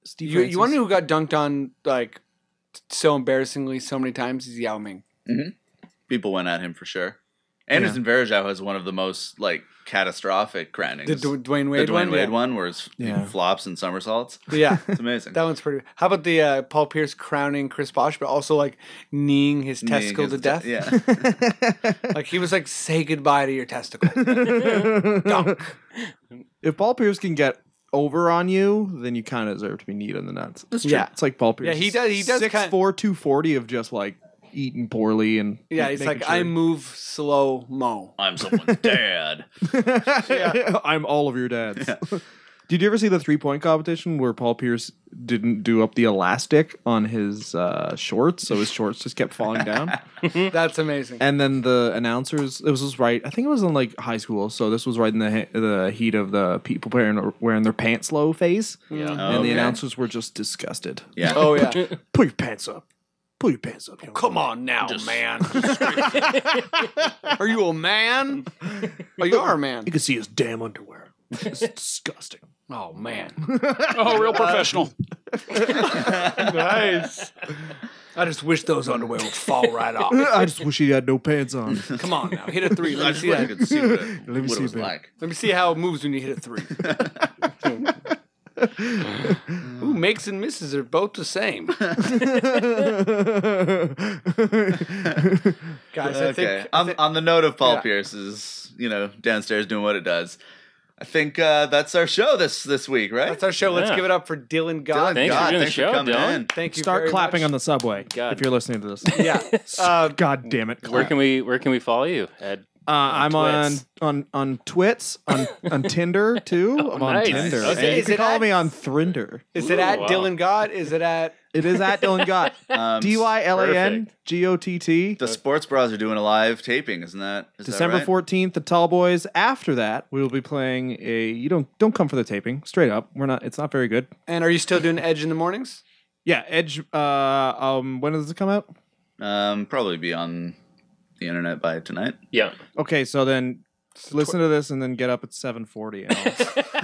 S6: Steve
S5: you you want to know who got dunked on like so embarrassingly so many times? Is Yao Ming.
S4: People went at him for sure. Anderson Varejao has one of the most like catastrophic groundings.
S5: The Dw- Dwayne
S4: The
S5: Wade
S4: Dwayne
S5: one.
S4: Wade
S5: yeah.
S4: one, where it's
S6: Yeah.
S4: flops and somersaults.
S5: Yeah.
S4: It's amazing.
S5: [LAUGHS] That one's pretty. How about the uh, Paul Pierce crowning Chris Bosch, but also like kneeing his
S4: Kneeing
S5: testicle
S4: his te-
S5: to death? [LAUGHS]
S4: Yeah,
S6: [LAUGHS]
S5: Like he was like, say goodbye to your testicle.
S6: if Paul Pierce can get over on you, then you kind of deserve to be kneed in the nuts. That's
S5: true. Yeah.
S6: It's like Paul Pierce.
S5: Yeah, he does- he does
S6: Six
S5: kinda-
S6: four two forty of just like eating poorly and
S5: yeah, it's
S6: making
S5: like I
S6: sure-
S5: move slow mo.
S4: I'm someone's dad.
S5: [LAUGHS]
S6: [LAUGHS] I'm all of your dads. [LAUGHS] Did you ever see the three point competition where Paul Pierce didn't do up the elastic on his uh, shorts, so his shorts just kept falling down?
S5: That's amazing.
S6: and then the announcers it was just right i think it was in like high school so this was right in the he- the heat of the people wearing wearing their pants low phase yeah and
S4: Okay.
S6: the announcers were just disgusted
S4: Oh, Yeah.
S5: Oh yeah,
S6: pull your pants up pull your pants up you
S5: come on now,
S4: [LAUGHS]
S5: man. Are you a man? Oh, you are a man.
S6: can see his damn underwear it's disgusting
S5: Oh man,
S7: Oh, real professional.
S5: nice. I just wish those underwear would fall right off.
S6: i just wish he had no pants on
S5: Come on now, hit a three.
S4: [LAUGHS] I
S5: [LAUGHS]
S4: just
S5: Let me see
S4: wish I
S5: that.
S4: could see what it,
S6: Let me
S4: what
S6: see
S4: it was
S6: a bit.
S4: like.
S5: Let me see how it moves when you hit a [LAUGHS] three. Ooh, makes and misses are both the same. [LAUGHS] Guys, I
S4: Okay.
S5: think
S4: on, on the note of Paul
S5: Yeah.
S4: Pierce's, you know, downstairs doing what it does. I think uh, that's our show this this week, right?
S5: that's our show. Let's
S3: Yeah.
S5: give it up for Dylan
S4: Dylan,
S5: God.
S3: Thanks for
S4: God,
S3: doing the
S4: thanks
S3: show,
S4: coming
S3: Dylan.
S4: in.
S5: Thank you.
S6: start
S5: very
S6: clapping
S5: much.
S6: on the subway
S3: God.
S6: if you're listening to this [LAUGHS]
S5: Yeah. Uh,
S6: god damn it clap.
S3: [LAUGHS] Where can we Where can we follow you? Ed?
S6: Uh, I'm
S3: Twits.
S6: on on on Twits on on Tinder too. I'm on
S3: nice.
S6: Tinder.
S3: Okay.
S6: And you
S5: Is
S6: can
S5: it
S6: call
S5: at-
S6: me on Thrinder.
S5: is it
S3: Ooh,
S5: at
S3: wow.
S5: Dylan God? Is it at
S6: It is at Dylan Gott.
S4: Um,
S6: D y l a n
S3: perfect.
S6: g o t t.
S4: The sports bras are doing a live taping, isn't that? is that
S6: December
S4: right?
S6: fourteenth, the Tall Boys. After that, we will be playing a. You don't don't come for the taping. Straight up, we're not. It's not very good.
S5: and are you still doing Edge in the mornings?
S6: Yeah, Edge. Uh, um, when does it come out?
S4: Um, probably be on the internet by tonight.
S3: Yeah.
S6: Okay, so then listen to this and then get up at seven forty, and, I'll- [LAUGHS]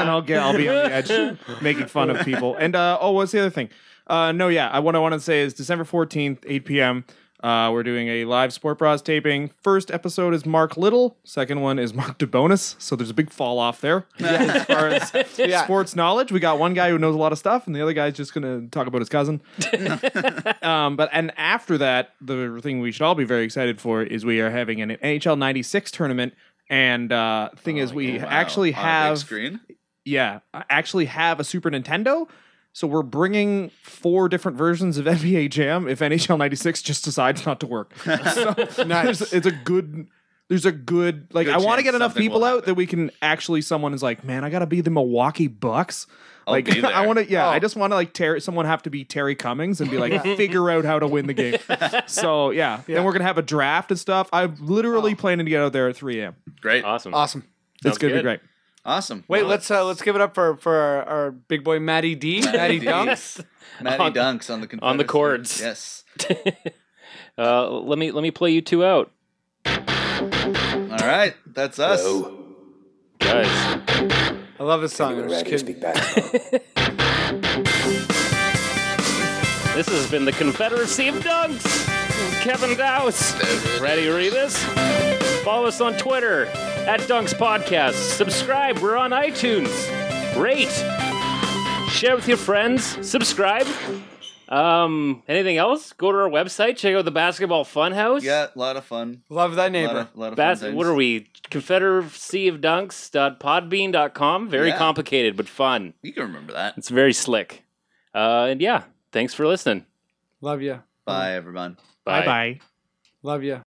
S6: and I'll get I'll be on the edge making fun of people. And uh, oh, what's the other thing? Uh, no, yeah, I, what I want to say is December fourteenth, eight p.m. Uh, we're doing a live Sport Bros taping. First episode is Mark Little. Second one is Mark DeBonis. So there's a big fall
S4: [LAUGHS]
S6: off there as far as
S5: Yeah.
S6: sports knowledge. We got one guy who knows a lot of stuff, and the other guy's just gonna talk about
S4: [LAUGHS]
S6: his cousin. Um, but and after that, the thing we should all be very excited for is we are having an NHL '96 tournament. And uh, thing is, we
S4: Oh, Wow.
S6: actually
S4: On a big
S6: have
S4: screen.
S6: yeah, I actually have a Super Nintendo. So we're bringing four different versions of [LAUGHS] NBA Jam if NHL '96 just decides not
S4: [LAUGHS]
S6: to work. So
S5: Nice.
S6: there's- it's a good. There's a good like
S4: Good
S6: I want
S4: chance
S6: to get enough
S4: something
S6: people
S4: will
S6: out
S4: happen.
S6: that we can actually someone is like, man, I gotta be the Milwaukee Bucks. like
S4: be there.
S6: [LAUGHS] I want to, yeah,
S5: Oh.
S6: I just want to like Terry. Someone have to be Terry Cummings and
S4: [LAUGHS]
S6: be like, figure out how to win the game. so yeah. then we're gonna have a draft and stuff. I'm literally
S4: Oh.
S6: planning to get out there at 3 a.m.
S4: Great.
S3: Awesome.
S5: Awesome.
S6: It's
S3: Sounds
S6: gonna be
S3: good.
S6: great.
S4: Awesome.
S5: Wait,
S4: Well, [LAUGHS]
S5: let's uh, let's give it up for for our, our big boy Matty D, Matty
S4: D.
S5: Dunks.
S4: Matty Dunks on the
S3: On the
S4: Confederacy.
S3: cords.
S4: Yes.
S3: Uh, let me let me play you two out,
S4: All right, that's us.
S1: Hello.
S3: guys.
S5: I love this song. I'm
S1: Anyone
S5: just
S1: around here
S5: kidding.
S1: speak basketball?
S3: This has been the Confederacy of Dunks. Kevin Dowse. Ready, Revis? Follow us on Twitter at Dunks Podcast. Subscribe. We're on iTunes. Rate. Share with your friends. Subscribe. Um, anything else? Go to our website. Check out the Basketball Funhouse.
S4: Yeah, a lot of fun.
S5: Love thy
S4: A lot
S5: neighbor.
S4: of, lot of
S3: Bas-
S4: fun
S3: what are
S4: things.
S3: we? Confederacy of Dunks.podbean.com. Very
S4: Yeah.
S3: complicated, but fun.
S4: You can remember that.
S3: It's very slick. Uh, and yeah, thanks for listening.
S5: Love you.
S4: Bye, everyone.
S6: Bye bye.
S5: Love you.